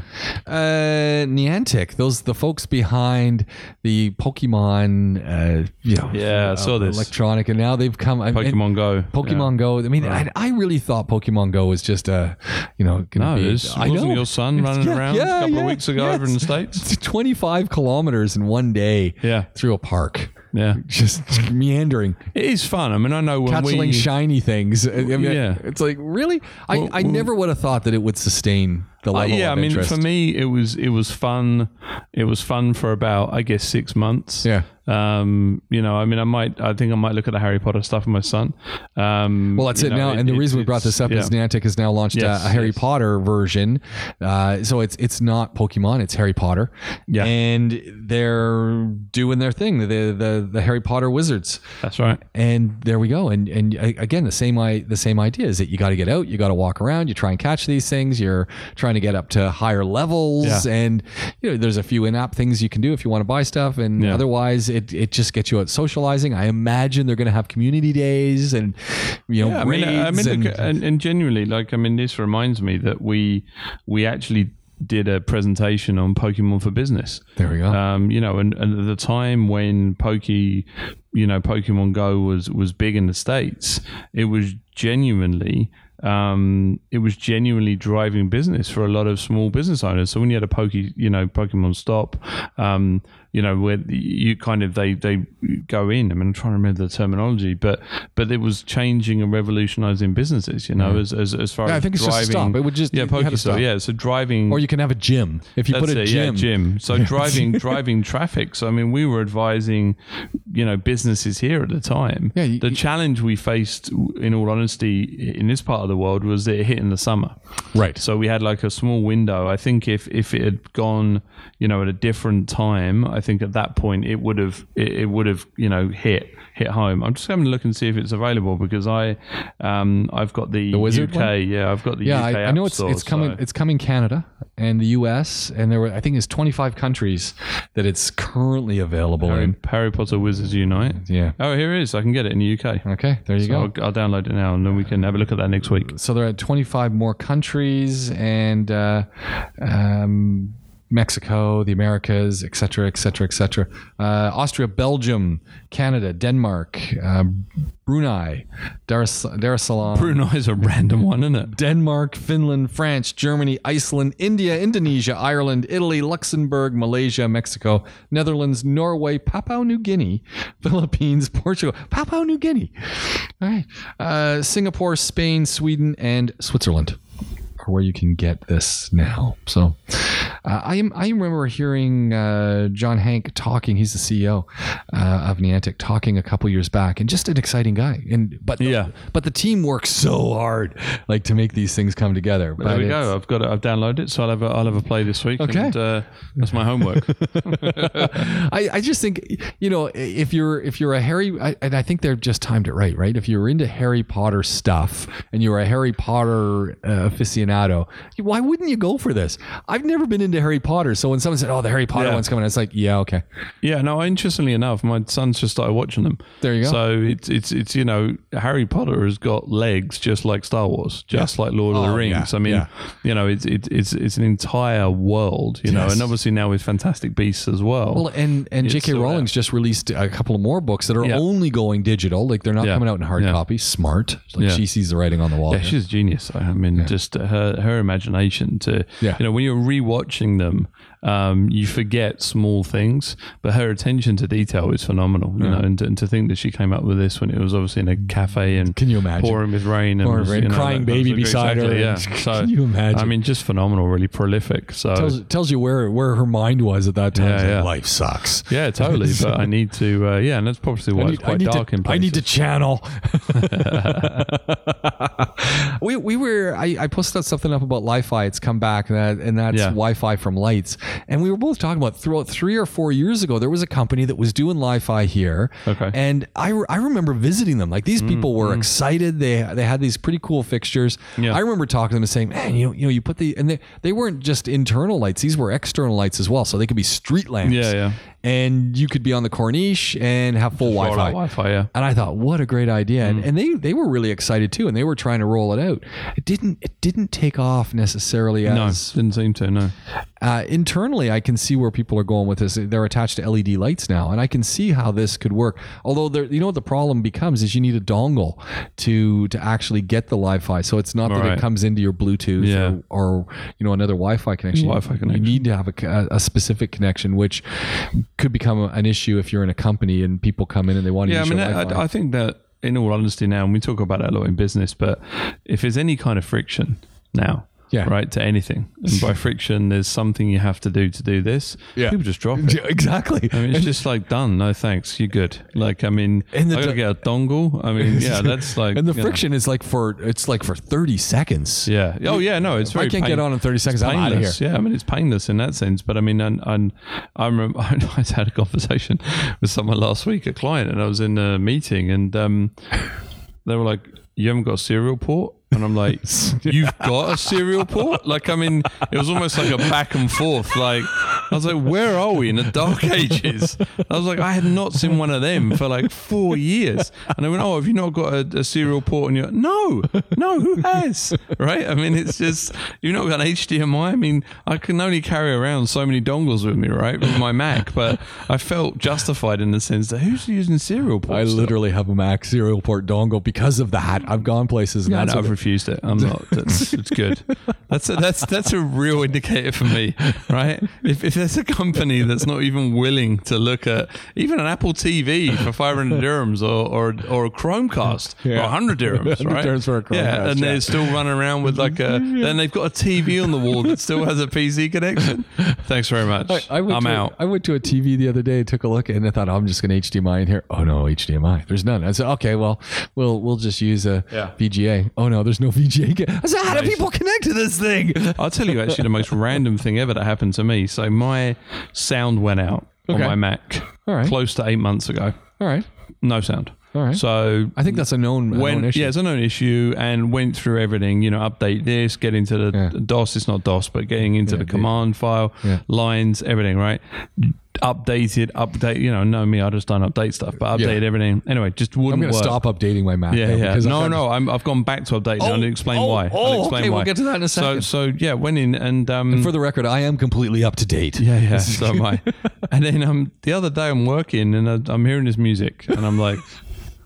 Uh, Niantic, those the folks behind the Pokemon, uh, you know,
Yeah, I
uh,
saw this.
electronic, and now they've come. I mean,
Pokemon Go.
Pokemon Go. I mean, I, I really thought Pokemon Go was just a, you know, gonna
No,
be.
this
I
wasn't
know.
your son running
yeah,
around
yeah,
a couple
yeah,
of weeks ago
yes.
over in the states.
It's 25 kilometers in one day.
Yeah.
Through a park.
Yeah,
Just meandering,
it is fun. I mean, I know when
catching
we
shiny things. I mean,
Yeah.
It's like, really? I, I never would have thought that it would sustain the
Uh,
level
yeah, I
of
mean,
interest.
for me, it was it was fun. It was fun for about, I guess, six months.
Yeah.
Um, you know, I mean, I might, I think I might look at the Harry Potter stuff with my son. Um,
Well, that's
you
it
know,
now. and the
it-
reason we brought this
it's-
up is
yeah.
Niantic has now launched
Yes,
a, a Harry
yes.
Potter version. Uh, so it's it's not Pokemon, it's Harry Potter.
Yeah.
And they're doing their thing, the the, the Harry Potter wizards.
that's right.
And there we go. And and a- again, the same I the same idea is that you got to get out, you got to walk around, you try and catch these things, you're trying to get up to higher levels,
Yeah.
and you know there's a few in-app things you can do if you want to buy stuff, and
Yeah.
otherwise it it just gets you out socializing. I imagine they're going to have community days and you know
Yeah, I mean, uh, I
raids
mean,
and-
look, and, and genuinely, like, I mean, this reminds me that we we actually did a presentation on Pokemon for Business.
there we go.
Um, you know, and, and at the time when Pokey, you know, Pokemon Go was was big in the states, it was genuinely. Um, it was genuinely driving business for a lot of small business owners. So when you had a Poke, you know, Pokemon Stop, um, you know, where you kind of they they go in. I mean, I'm trying to remember the terminology, but but it was changing and revolutionizing businesses. You know, as, as as far
Yeah, I
as
think it's just a
driving,
stop. It would just-
yeah,
you had a
Pokestop,
stop.
yeah. So driving
or you can have a gym if you
that's
put a
it,
gym.
yeah, gym. So driving driving traffic. So I mean, we were advising, you know, businesses here at the time.
Yeah, you-
the
you-
challenge we faced, in all honesty, in this part of the world, was that it hit in the summer.
Right.
So we had like a small window. I think if if it had gone, you know, at a different time, I think at that point it would have it, it would have you know hit hit home. I'm just going to look and see if it's available because I, um, I've got the,
Wizard
UK. Yeah, I've got the
Yeah,
UK.
I, I
App
know it's
Store,
it's coming
so-
it's coming Canada and the US and there were I think it's 25 countries that it's currently available in.
Harry Potter Wizards Unite.
Yeah.
Oh, here it is. I can get it in the UK.
Okay, there you go.
I'll, I'll download it now, and then we can have a look at that next week.
so they're at 25 more countries and uh, um, Mexico, the Americas, et cetera, et cetera, et cetera. Uh, Austria, Belgium, Canada, Denmark, uh, Brunei, Dar es Dar es Salaam,
Brunei is a random one, isn't it?
Denmark, Finland, France, Germany, Iceland, India, Indonesia, Ireland, Italy, Luxembourg, Malaysia, Mexico, Netherlands, Norway, Papua New Guinea, Philippines, Portugal, Papua New Guinea. All right. Uh, Singapore, Spain, Sweden, and Switzerland are where you can get this now. So uh, I am, I remember hearing uh, John Hank talking. He's the CEO uh, of Niantic talking a couple years back, and just an exciting guy. And but the,
Yeah.
but the team works so hard, like to make these things come together. But
There we
it's-
go. I've got it. I've downloaded it, so I'll have a, I'll have a play this week.
Okay.
and, uh, that's my homework.
I, I just think you know if you're if you're a Harry I, and I think they've just timed it right right if you're into Harry Potter stuff and you're a Harry Potter uh, aficionado why wouldn't you go for this I've never been into Harry Potter so when someone said oh the Harry Potter
Yeah.
one's coming out," it's like yeah okay
yeah, no. Interestingly enough, my son's just started watching them.
There you go.
So it's it's it's you know Harry Potter has got legs just like Star Wars, just like Lord of the Rings. I mean,
yeah.
you know, it's it's it's it's an entire world. You know, and obviously now with Fantastic Beasts as well.
well and and J.K.
still
Rowling's just released a couple of more books that are
Yeah.
only going digital like they're not
Yeah.
coming out in hard
Yeah.
copy smart like
Yeah.
she sees the writing on the wall
Yeah, she's a genius. though. I mean, just her her imagination to
Yeah.
you know when you're rewatching them, um, you forget small things, but her attention to detail is phenomenal. You know, and, and to think that she came up with this when it was obviously in a cafe and
Can you imagine?
pouring with rain and
Pouring
was,
rain,
you know,
crying
that- that
baby
was-
beside her.
exactly, Yeah.
Can you imagine?
I mean, just phenomenal. Really prolific. So
tells, tells you where where her mind was at that time It's like,
Uh, yeah.
life sucks
yeah, totally. But I need to. Uh, yeah, and that's probably why it's quite dark
to,
in places.
I need to channel. we, we were I, I posted something up about Li-Fi. It's come back and that and that's
Yeah.
Wi-Fi from lights. And we were both talking about throughout three or four years ago, there was a company that was doing Li-Fi here.
Okay. Mm,
And I, re- I remember visiting them. Like these people were excited. They they had these pretty cool fixtures.
Yeah.
I remember talking to them and saying, man, you know, you know, you put the and they, they weren't just internal lights. These were external lights as well. So they could be street lamps.
Yeah, yeah.
And you could be on the corniche and have full
Roll out
Wi-Fi. Mm.
Wi-Fi, yeah.
And I thought, what a great idea. And, and they, they were really excited too. And they were trying to roll it out. It didn't, it didn't take off necessarily
No,
as
didn't seem to. No.
uh, internally, I can see where people are going with this. They're attached to LED lights now. And I can see how this could work. Although there, you know what the problem becomes is you need a dongle to, to actually get the Wi-Fi. So it's not that it
Right.
comes into your Bluetooth
Yeah.
or, or, you know, another Wi-Fi connection.
Wi-Fi
You-
connection.
You need to have a, a specific connection, which could become an issue if you're in a company and people come in and they want to
Yeah, I
use
mean,
your
I,
Wi-Fi.
I- I think that in all honesty, now, and we talk about that a lot in business, but if there's any kind of friction now,
Yeah.
right, to anything, and by friction, there's something you have to do to do this,
Yeah.
people just drop it.
Yeah, exactly.
I mean, it's just like done. No thanks. You're good. Like, I mean,
And the
I gotta
d-
get a dongle. I mean, yeah, that's like,
and the
you know,
friction is like for it's like for thirty seconds.
yeah. Oh, yeah. No, it's
I
very.
can't get on in 30
it's
seconds, I'm outta
painless. Yeah, I mean, it's painless in that sense. But I mean, and, and I remember I just had a conversation with someone last week, a client, and I was in a meeting, and um, they were like, "You haven't got a serial port." And I'm like, you've got a serial port? Like, I mean, it was almost like a back and forth. Like, I was like, where are we in the dark ages? I was like, I had not seen one of them for like four years. And they went, oh, have you not got a, a serial port? And you're like, no, no, who has? Right? I mean, it's just, you've not got an HDMI. I mean, I can only carry around so many dongles with me, right? With my Mac. But I felt justified in the sense that who's using serial ports?
I literally have a Mac serial port dongle because of that. I've gone places and
And
that's
I've
what
refused it. I'm not. That's, it's good. That's a, that's that's a real indicator for me, right? If, if there's a company that's not even willing to look at even an Apple TV for 500 dirhams or or, or a Chromecast or
Yeah.
100 dirhams,
100
right?
dirhams for a
Yeah,
Chromecast,
and
yeah.
they're still running around with like a. Then they've got a TV on the wall that still has a PC connection. Thanks very much. I,
went
am
to,
out.
I went to a TV the other day, took a look, and I thought, oh, I'm just going to HDMI in here. Oh no, HDMI. There's none. I said, okay, well, we'll we'll just use a
Yeah.
VGA. Oh no, there's no VGA. ca- I said, how do people connect to this thing?
I'll tell you actually the most random thing ever that happened to me. So my sound went out
Okay.
on my Mac
All right.
close to eight months ago.
All right.
No sound.
All right.
So
I think that's a known, a
when
known issue.
yeah, it's a known issue, and went through everything. You know, update this, get into the
Yeah.
DOS. It's not DOS, but getting into the
the-
command file
Yeah.
lines, everything. Right, updated, update. You know, no me, I just don't update stuff, but
Yeah.
update everything. Anyway, just wouldn't
I'm going to
work.
stop updating my map.
Yeah,
now
yeah.
because I
No,
found-
no, I'm, I've gone back to updating. I'll explain
oh,
why.
oh,
I'll explain
okay,
why.
we'll get to that in a second.
So, so yeah, went in and um,
For the record, I am completely up to date.
yeah, yeah. So am I. And then um, the other day I'm working and I, I'm hearing this music and I'm like,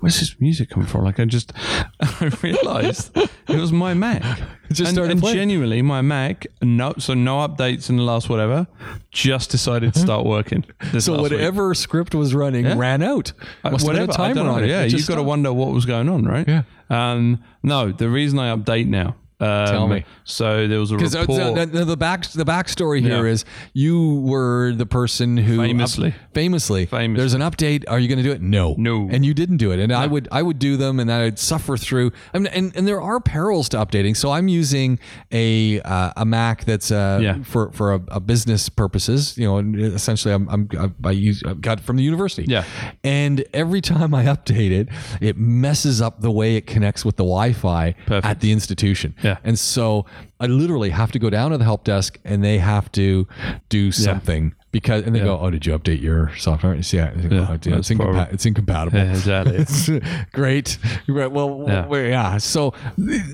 where's this music come from? Like I just, I realized it was my Mac.
just
and,
started
and
playing.
genuinely my Mac, no, so no updates in the last whatever, just decided to start working. this
So
last week.
whatever script was running ran out.
Uh,
Must
whatever.
have been a
I
timer
don't know.
on it.
Yeah,
It
you've
just
got to
stopped.
wonder what was going on, right?
Yeah.
Um, no, the reason I update now. Um,
Tell me.
So there was a
Because uh,
report.
the, the, the back the backstory here
Yeah.
is you were the person who up-
Famously.
famously
Famously.
there's an update are you going to do it no
No.
and you didn't do it and I would I would do them and I'd suffer through and and, and there are perils to updating so I'm using a uh, a Mac that's uh,
Yeah.
for for a, a business purposes you know and essentially I'm, I'm I, I use I got it from the university
Yeah.
and every time I update it it messes up the way it connects with the Wi-Fi
Perfect.
at the institution
Yeah.
and so I literally have to go down to the help desk and they have to do something because, and they go, Oh, did you update your software? And you see, yeah, and they go,
Yeah,
"Oh, dude, it's,
that's probably-
incompa- it's incompatible.
Yeah, exactly.
Great. Right, Well,
Yeah.
yeah. yeah. So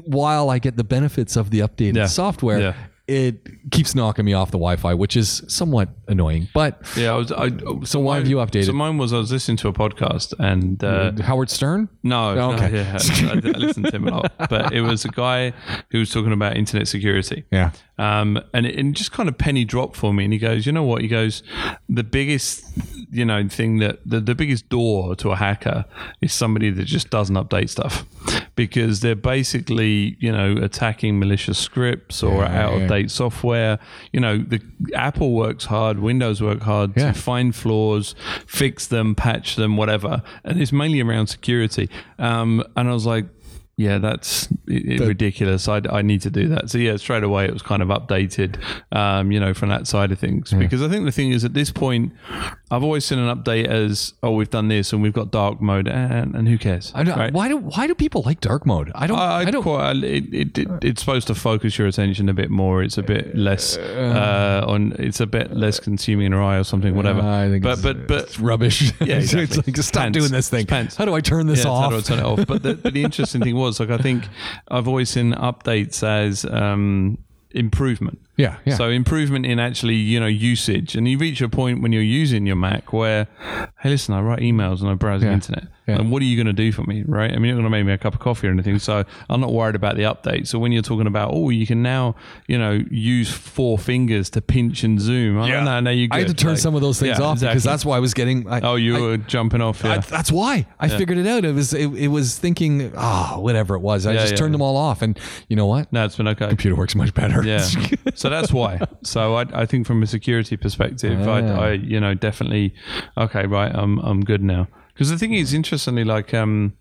while I get the benefits of the updated
Yeah.
software,
Yeah.
it keeps knocking me off the Wi Fi, which is somewhat annoying. But
Yeah, I was. I,
So why have you updated?
So mine was I was listening to a podcast and uh,
Howard Stern?
no, no,
Oh, Okay.
yeah, I, I listened to him a lot, but it was a guy who was talking about internet security.
Yeah.
Um, and it, and just kind of penny dropped for me. And he goes, you know what? He goes, the biggest, you know, thing that the, the biggest door to a hacker is somebody that just doesn't update stuff because they're basically, you know, attacking malicious scripts or out of date software. You know, the Apple works hard, Windows work hard
Yeah.
to find flaws, fix them, patch them, whatever. And it's mainly around security. Um, and I was like, yeah, that's i i ridiculous. I, I need to do that. So yeah, straight away it was kind of updated, um, you know, from that side of things. Because I think the thing is at this point, I've always seen an update as, oh, we've done this and we've got dark mode, and, and who cares?
I don't,
right? Uh,
Why do why do people like dark mode? I don't. I,
I, I
don't.
quite. It, it, it, it's supposed to focus your attention a bit more. It's a bit less uh, on. It's a bit less consuming your eye or something. Whatever.
I think
but
it's,
but but
it's rubbish.
Yeah,
it's
exactly.
like, stop
Pants.
doing this thing.
Pants.
How do I turn this
yeah,
off?
It's how do I turn it off? But the, but the interesting thing was, like, I think I've always seen updates as um, improvement.
Yeah, yeah.
So improvement in actually, you know, usage, and you reach a point when you're using your Mac where, hey, listen, I write emails and I browse the internet,
yeah.
and what are you going to do for me, right? I mean, you're not going to make me a cup of coffee or anything, so I'm not worried about the update. So when you're talking about, oh, you can now, you know, use four fingers to pinch and zoom, I
Yeah.
don't know, no, you
I had to turn some of those things off because that's why I was getting. I,
Oh, you
I-
were jumping off. Yeah.
I- that's why I figured it out. It was it, it was thinking ah whatever it was. I just
yeah,
turned them all off, and you know what?
no, it's been okay.
Computer works much better.
Yeah. so that's why. So I, I think from a security perspective, I, I, you know, definitely, okay, right, I'm, I'm good now. Because the thing is, interestingly, like, um,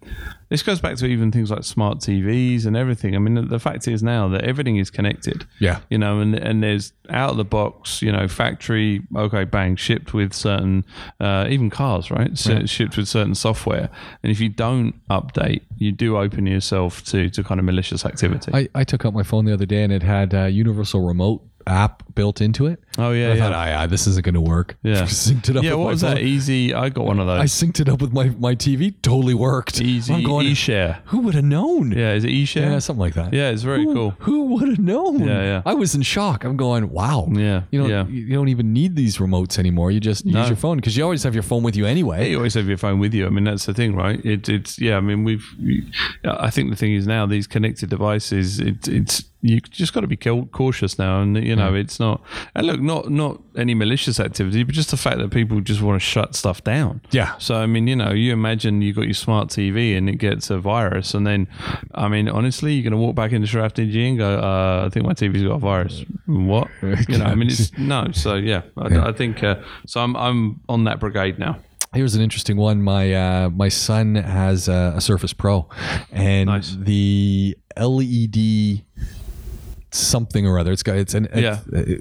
this goes back to even things like smart TVs and everything. I mean, the, the fact is now that everything is connected.
Yeah.
You know, and and there's out of the box, you know, factory, okay, bang, shipped with certain, uh, even cars, right? So it's Shipped with certain software. And if you don't update, you do open yourself to, to kind of malicious activity.
I, I took out my phone the other day and it had a universal remote app built into it.
oh, yeah.
I
yeah.
thought, ah, yeah, this isn't going to work.
Yeah.
synced it up.
Yeah,
with
what
my
was that?
phone.
Easy. I got one of
I
those.
synced it up with my my TV. Totally worked.
Easy.
I'm going.
eShare.
who would have known?
Yeah, is it eShare?
Yeah, something like that.
Yeah, it's very
who,
cool.
Who would have known?
Yeah, yeah.
I was in shock. I'm going, wow.
Yeah,
You don't,
yeah.
you don't even need these remotes anymore. You just use your phone because you always have your phone with you anyway.
You always have your phone with you. I mean, that's the thing, right? It, it's yeah. I mean, we've. we- I think the thing is now these connected devices. It, it's you just got to be cau- cautious now, and you
Mm.
know it's not. And look, not not any malicious activity, but just the fact that people just want to shut stuff down.
Yeah.
So I mean, you know, you imagine you got your smart TV and it gets a virus, and then, I mean, honestly, you're gonna walk back into Shafting G and go, uh, "I think my TV's got a virus." What? You know, I mean, it's no. So yeah, I, I think uh, so. I'm I'm on that brigade now.
Here's an interesting one. My uh, my son has a, a Surface Pro, and
Nice.
the E LED something or other. It's got it's an
Yeah.
it,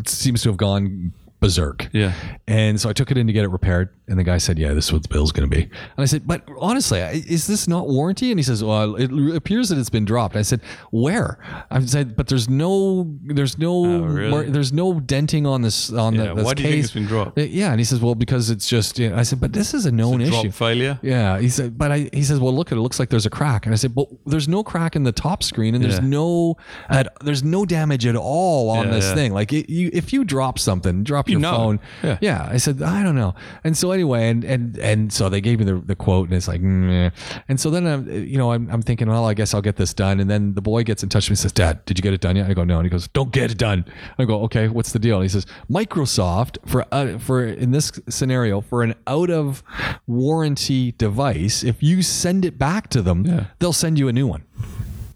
it seems to have gone berserk.
Yeah.
And so I took it in to get it repaired, and the guy said, "Yeah, this is what the bill's going to be." And I said, "But honestly, I- is this not warranty?" And he says, "Well, it r- appears that it's been dropped." I said, "Where?" I said, "But there's no, there's no,
Oh, really?
mar- there's no denting on this on
Yeah,
the this
why do you think
case."
it's been dropped?
Uh, Yeah, and he says, "Well, because it's just." You know, I said, "But this is a known
Drop
issue."
failure.
Yeah, he said, but I, he says, well, look at it. Looks like there's a crack, and I said, well, there's no crack in the top screen, and there's
Yeah.
no, at, there's no damage at all on
Yeah,
this
yeah.
thing. Like, it, you, if you drop something, drop your
know.
phone.
Yeah.
I said, I don't know. And so anyway, and and and so they gave me the, the quote, and it's like, meh. and so then I'm, you know, I'm, I'm thinking, well, I guess I'll get this done. And then the boy gets in touch with me, and says, Dad, did you get it done yet? I go, no. And he goes, Don't get it done. I go, okay, what's the deal? And he says, Microsoft for uh, for in this scenario for an out of warranty device, if you send it back to them, they'll send you a new one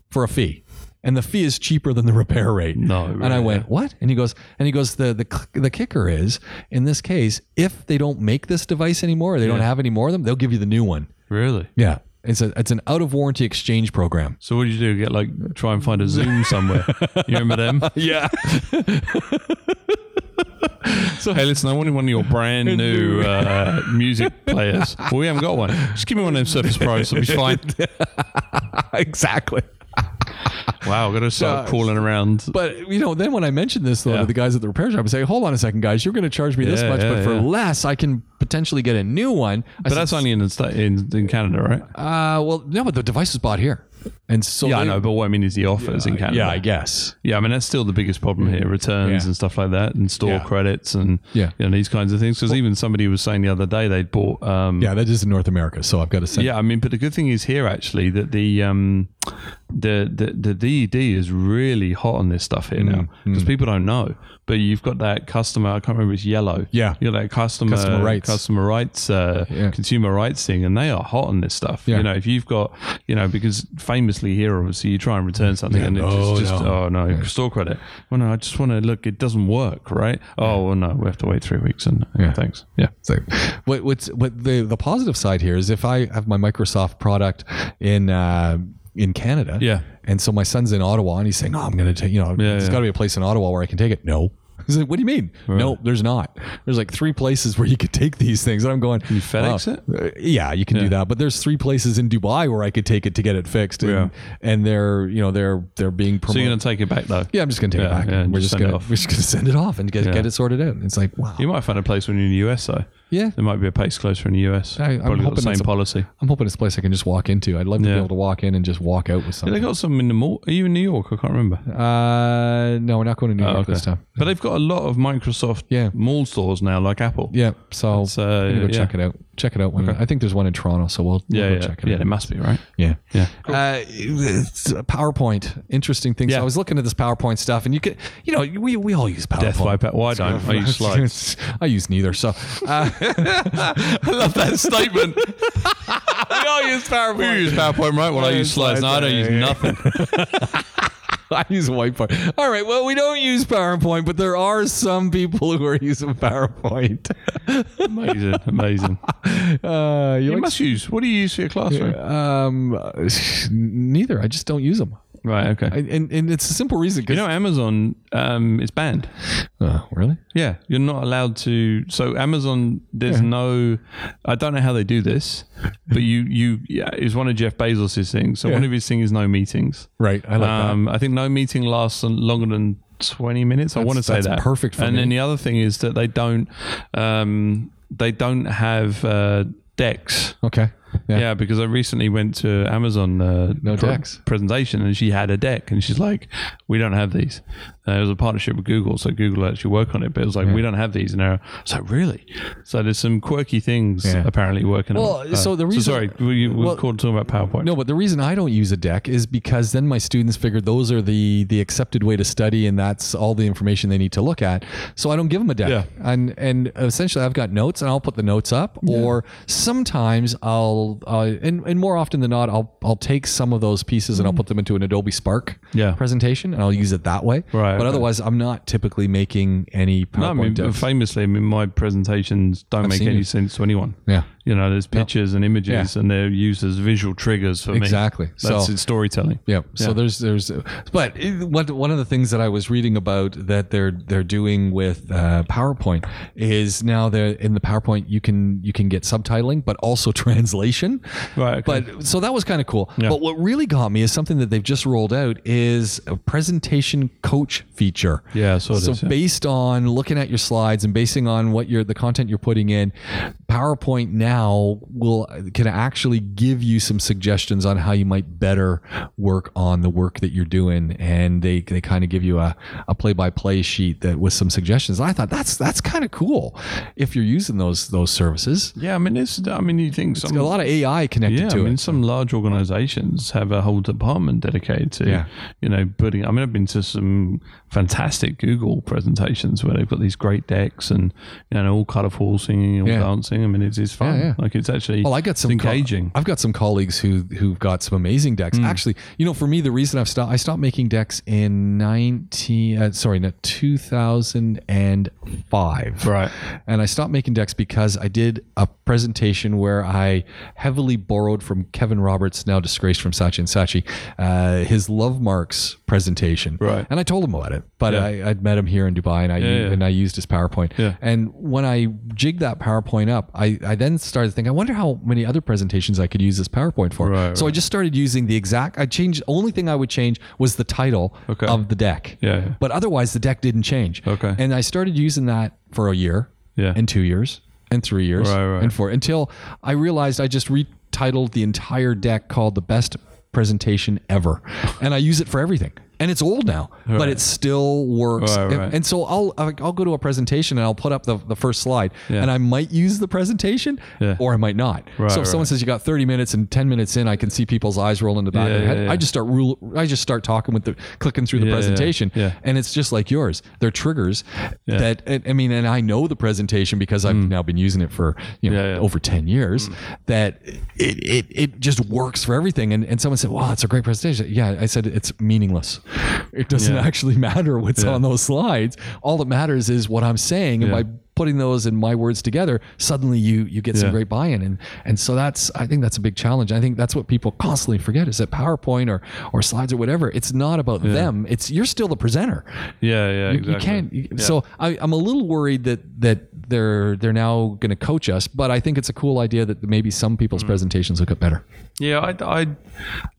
for a fee. And the fee is cheaper than the repair rate.
No,
and I
really,
went, what? And he goes, and he goes, the the c- the kicker is in this case, if they don't make this device anymore, or they don't have any more of them, they'll give you the new one.
Really?
Yeah, it's a it's an out of warranty exchange program.
So what do you do? Get like try and find a Zoom somewhere. You remember them?
Yeah,
So hey, listen, I wanted one of your brand new uh, music players. Well, we haven't got one. Just give me one of them Surface Pros. It'll be fine.
exactly.
Wow, got to start crawling around.
But you know, then when I mentioned this though
Yeah.
to the guys at the repair shop, I say, hold on a second, guys, you're going to charge me this
Yeah,
much,
yeah,
but for
yeah.
less, I can potentially get a new one.
But that's only in the sta- in, in Canada, right?
uh, well, no, but the device was bought here, and so
yeah, I
they-
know. But what I mean is the offers in Canada.
Yeah, I guess.
Yeah, I mean that's still the biggest problem here: returns
Yeah.
and stuff like that, and store
Yeah.
credits and
Yeah.
you know, these kinds of things. Because even somebody was saying the other day they'd bought. Um,
Yeah, that is in North America, so I've got to say.
Yeah, I mean, but the good thing is here actually that the um, the the the DED is really hot on this stuff
Mm,
here now because people don't know. But you've got that customer. I can't remember. It's yellow.
Yeah.
you got that customer
Customer rights.
customer rights, uh,
Yeah.
consumer rights thing, and they are hot on this stuff.
Yeah.
You know, if you've got you know because famously here, obviously, you try and return something and it's
Oh,
just, just
no.
oh no, store credit. Well, no, I just want to look. It doesn't work, right? Oh well, no, we have to wait three weeks and
Yeah.
thanks. Yeah.
So, what, what's what the the positive side here is if I have my Microsoft product in uh, in Canada,
Yeah.
and so my son's in Ottawa and he's saying, "Oh, I'm going to take you know,
Yeah,
there's
yeah.
got to be a place in Ottawa where I can take it." No. He's like, what do you mean? No, there's not. There's like three places where you could take these things. And I'm going, you
FedEx it?
Yeah, you can do that. But there's three places in Dubai where I could take it to get it fixed. And,
Yeah.
and they're, you know, they're, they're being promoted.
So you're gonna take it back though.
yeah, I'm just going to take
Yeah,
it back.
yeah, and
we're
just
just
send it
going to,
off.
we're just going to send it off and get,
Yeah.
get it sorted out. And it's like, wow.
You might find a place when you're in the US though.
Yeah.
There might be a place closer in the US.
I- Oh, I'm
Probably got the
hoping
same
it's a-
policy.
I'm hoping it's a place I can just walk into. I'd love to
Yeah.
be able to walk in and just walk out with
They
something.
got some in the mall. Are you in New York? I can't remember.
Uh, no, we're not going to New York
Oh, okay.
this time.
But they've got a lot of Microsoft
Yeah.
mall stores now, like Apple.
Yeah, so
It's, uh,
I'm gonna go
yeah.
check it out. Check it out when I think there's one in Toronto, so we'll, we'll
Yeah,
go
yeah,
check it
yeah.
out.
They must be right.
Yeah.
Yeah.
Uh, it's a PowerPoint, interesting things.
Yeah.
I was looking at this PowerPoint stuff, and you could, you know, we, we all use PowerPoint.
Death by pa- Why don't I use slides?
I use neither. So uh,
I love that statement. we all use PowerPoint. We use PowerPoint, right? Well, I use slides. No, I don't use nothing.
I use whiteboard. All right. Well, we don't use PowerPoint, but there are some people who are using PowerPoint.
amazing, amazing.
Uh, you
You
like
must use. What do you use for your classroom?
Um, neither. I just don't use them,
Right. Okay.
I, and and it's a simple reason. 'cause-
you know, Amazon um, is banned.
Uh, really?
Yeah, you're not allowed to. So Amazon, there's no. I don't know how they do this, but you you yeah, it's one of Jeff Bezos's things. So one of his things is no meetings.
Right. I like that.
Um, I think no meeting lasts on- longer than. 20 minutes i want to say
that's
that
perfect for
and
me.
then the other thing is that they don't um they don't have uh decks
Okay.
yeah.
Yeah.
because I recently went to Amazon uh,
No decks.
presentation and she had a deck and she's like, we don't have these. Uh, it was a partnership with Google, so Google actually work on it, but it was like, we don't have these. And I was like, really? So there's some quirky things
Yeah.
apparently working.
Well,
on, uh,
so the reason-
sorry, we, we
well-
called talking about PowerPoint.
No, but the reason I don't use a deck is because then my students figure those are the the accepted way to study, and that's all the information they need to look at. So I don't give them a deck,
Yeah.
and and essentially I've got notes, and I'll put the notes up, or sometimes I'll uh, and and more often than not I'll I'll take some of those pieces and I'll put them into an Adobe Spark
Mm. Yeah.
presentation, and I'll use it that way.
Right,
But
okay.
otherwise, I'm not typically making any
No, I mean,
PowerPoint decks.
famously, I mean, my presentations don't make
seen
any
it.
sense to anyone.
Yeah.
you know, there's pictures and images, and they're used as visual triggers for
Exactly.
me. That's
So-
it's storytelling.
Yeah. So
Yeah.
there's there's, but it, what one of the things that I was reading about that they're they're doing with uh, PowerPoint is now they're in the PowerPoint you can you can get subtitling but also translation.
Right, okay.
But so that was kind of cool. But what really got me is something that they've just rolled out is a presentation coach feature.
Yeah, I saw
So
this, yeah.
based on looking at your slides and basing on what you're the content you're putting in, PowerPoint now will can actually give you some suggestions on how you might better work on the work that you're doing, and they, they kind of give you a, a play-by-play sheet that with some suggestions. I thought that's that's kind of cool if you're using those those services.
Yeah, I mean, it's. I mean, you think
A
some
lot of AI connected
Yeah, I
to
mean,
it.
some large organisations have a whole department dedicated to,
Yeah.
you know, putting. I mean, I've been to some fantastic Google presentations where they've got these great decks and you know all colourful singing and
Yeah.
dancing. I mean, it's, it's fun.
Yeah, yeah.
Like it's actually.
Well, I got
it's
some co-
engaging. Mm.
I've got some colleagues who who've got some amazing decks. Actually, you know, for me, the reason I've stopped I stopped making decks in nineteen uh, sorry, no, two thousand and five.
Right.
And I stopped making decks because I did a presentation where I heavily borrowed from Kevin Roberts, now disgraced from Sachi and Sachi, uh, his Love Marks presentation.
Right.
And I told him about it, but I, I'd met him here in Dubai, and I
yeah.
and I used his PowerPoint.
Yeah.
And when I jigged that PowerPoint up, I, I then started to think, I wonder how many other presentations I could use this PowerPoint for.
Right,
so I just started using the exact. I changed. Only thing I would change was the title
Okay.
of the deck.
Yeah, yeah.
But otherwise, the deck didn't change.
Okay.
And I started using that for a year.
Yeah.
And two years. And three years.
Right, right.
And four. Until I realized I just retitled the entire deck called the best presentation ever, and I use it for everything. And it's old now, but it still works.
Right,
And-
right.
And so I'll I'll go to a presentation and I'll put up the, the first slide, and I might use the presentation
Yeah.
or I might not. so if
right.
someone says you got 30 minutes and 10 minutes in, I can see people's eyes roll into the back of their
Yeah,
head.
yeah, yeah.
I just start rule. I just start talking with the clicking through the
Yeah, yeah,
presentation,
yeah.
and it's just like yours. They're triggers that and- I mean, and I know the presentation because I've now been using it for you know
Mm. Yeah, Mm. yeah.
over 10 years. That it, it it just works for everything. And and someone said, "Wow, it's a great presentation." Yeah, I said it's meaningless. It doesn't actually matter what's on those slides. All that matters is what I'm saying, and by putting those and my words together, suddenly you you get some
Yeah.
great buy-in, and and so that's I think that's a big challenge. I think that's what people constantly forget is that PowerPoint or or slides or whatever. It's not about them. It's you're still the presenter.
Yeah, yeah.
You-
exactly.
You can't. you- So I, I'm a little worried that that they're they're now going to coach us, but I think it's a cool idea that maybe some people's
Hmm.
presentations look up better.
Yeah, I, I,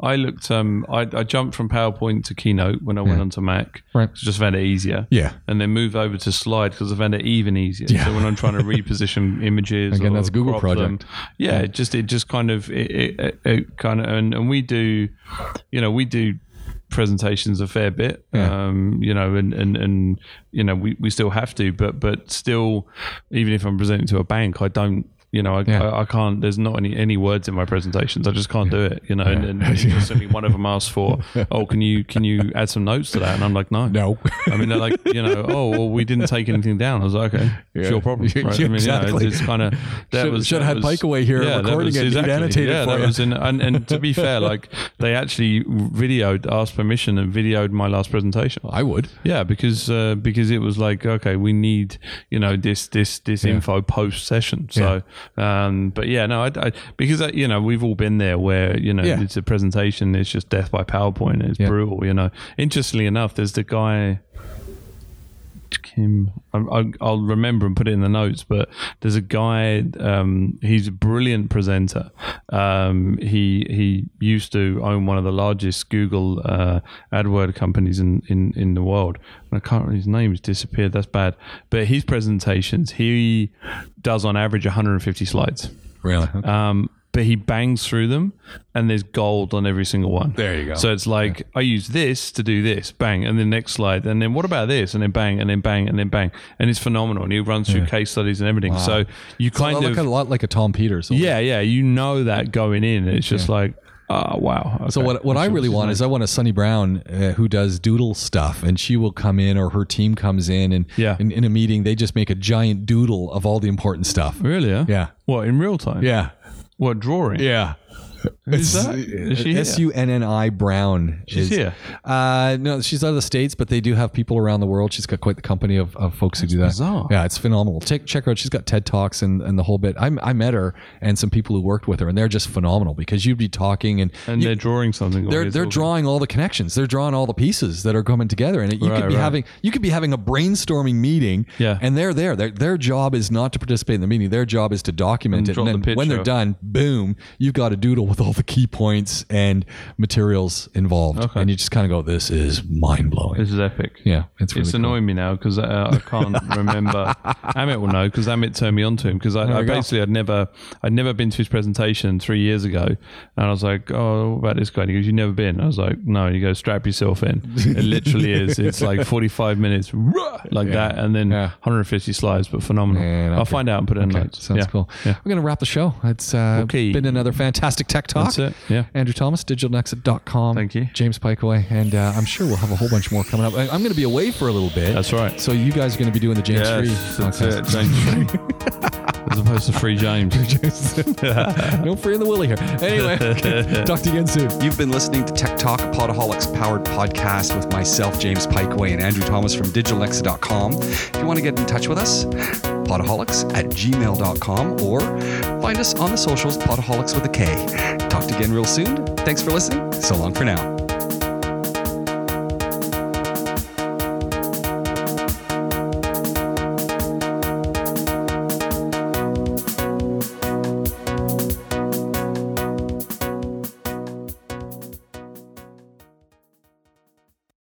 I looked. Um, I, I jumped from PowerPoint to Keynote when I went onto Mac.
Right.
just found it easier.
Yeah.
and then moved over to Slide because I found it even easier. So when I'm trying to reposition images,
Again,
or
that's a Google
crop them,
project.
yeah, it just it just kind of it, it, it, it kind of and, and we do, you know, we do presentations a fair bit um you know and and and you know we, we still have to but but still even if i'm presenting to a bank i don't you know, I, I, I can't. There's not any any words in my presentations. I just can't do it. You know, and, and interestingly, one of them asked for, "Oh, can you can you add some notes to that?" And I'm like, "No,
No.
I mean, they're like, you know, oh, well, we didn't take anything down. I was like, okay, it's your problem.
Yeah,
Right? I mean, you know,
exactly.
it's kind of that
Should-
was
should
that
have had
was-
Pike away here
that
recording it. He'd annotated
yeah,
for
that
you.
was in, and and to be fair, like they actually videoed, asked permission, and videoed my last presentation.
I would.
Yeah, because uh, because it was like okay, we need you know this this this info post session. So, um, but yeah, no, I, I because uh, you know we've all been there where you know
Yeah.
it's a presentation, it's just death by PowerPoint, it's
Yeah.
brutal. You know, interestingly enough, there's the guy. Kim, I, I, I'll remember and put it in the notes. But there's a guy. Um, he's a brilliant presenter. Um, he he used to own one of the largest Google uh, AdWord companies in, in in the world. And I can't. remember His name's disappeared. That's bad. But his presentations, he does on average 150 slides.
Really?
Um, but he bangs through them, and there's gold on every single one.
There you go.
So it's like I use this to do this, bang, and then next slide, and then what about this, and then bang, and then bang, and then bang, and it's phenomenal. And he runs through case studies and everything. So you
I
kind
look
of,
a lot like a Tom Peters.
yeah, yeah, you know that going in. It's just like, oh wow.
So what, what I really want is I want a Sunny Brown uh, who does doodle stuff, and she will come in or her team comes in, and
Yeah.
in, in a meeting they just make a giant doodle of all the important stuff.
really, huh?
Yeah.
What in real time?
Yeah,
What drawing?
yeah.
Who's that? uh, Is she here?
S U N N I Brown.
She's
is-
here.
Uh, no, she's out of the states, but they do have people around the world. She's got quite the company of, of folks who do that.
bizarre.
Yeah, it's phenomenal. Check check her out. She's got TED talks and, and the whole bit. I, I met her and some people who worked with her, and they're just phenomenal because you'd be talking and
and they're drawing something. while
they're
you're
they're
talking.
drawing all the connections. They're drawing all the pieces that are coming together, and it, you could
Right,
be
right.
having you could be having a brainstorming meeting.
Yeah.
and they're there. Their their job is not to participate in the meeting. Their job is to document
And
it.
draw
And then
the
when they're
picture.
done, boom, you've got a doodle with all the key points and materials involved,
Okay.
and you just kind of go, "This is mind blowing."
This is epic.
Yeah, it's really
It's
cool.
annoying me now because uh, I can't remember. Amit will know because Amit turned me on to him because I, I
we go.
basically I'd never I'd never been to his presentation three years ago, and I was like, oh, what about this guy? And he goes, you've never been. I was like, no. And he goes, strap yourself in. It literally is. It's like forty five minutes rah, like that, and then
Yeah.
one hundred and fifty slides, but phenomenal.
Man,
I'll
okay.
find out and put it in
Okay,
notes.
sounds
Yeah.
cool.
Yeah.
We're going to wrap the show. It's uh,
Okay.
been another fantastic tech talk.
That's it, yeah.
Andrew Thomas, digitalnexit.com.
Thank you.
James Pikeway. And uh, I'm sure we'll have a whole bunch more coming up. I, am going to be away for a little bit.
That's right.
So you guys are going to be doing the James Free
Yes, that's it. James Free. As opposed to free James.
podcast. no free in the willy here. Anyway, talk to you again soon.
You've been listening to Tech Talk, a Podaholics powered podcast with myself, James Pikeway, and Andrew Thomas from DigitalNexa.com. If you want to get in touch with us, podaholics at gmail.com or find us on the socials, podaholics with a K. Talk to you again real soon. Thanks for listening. So long for now.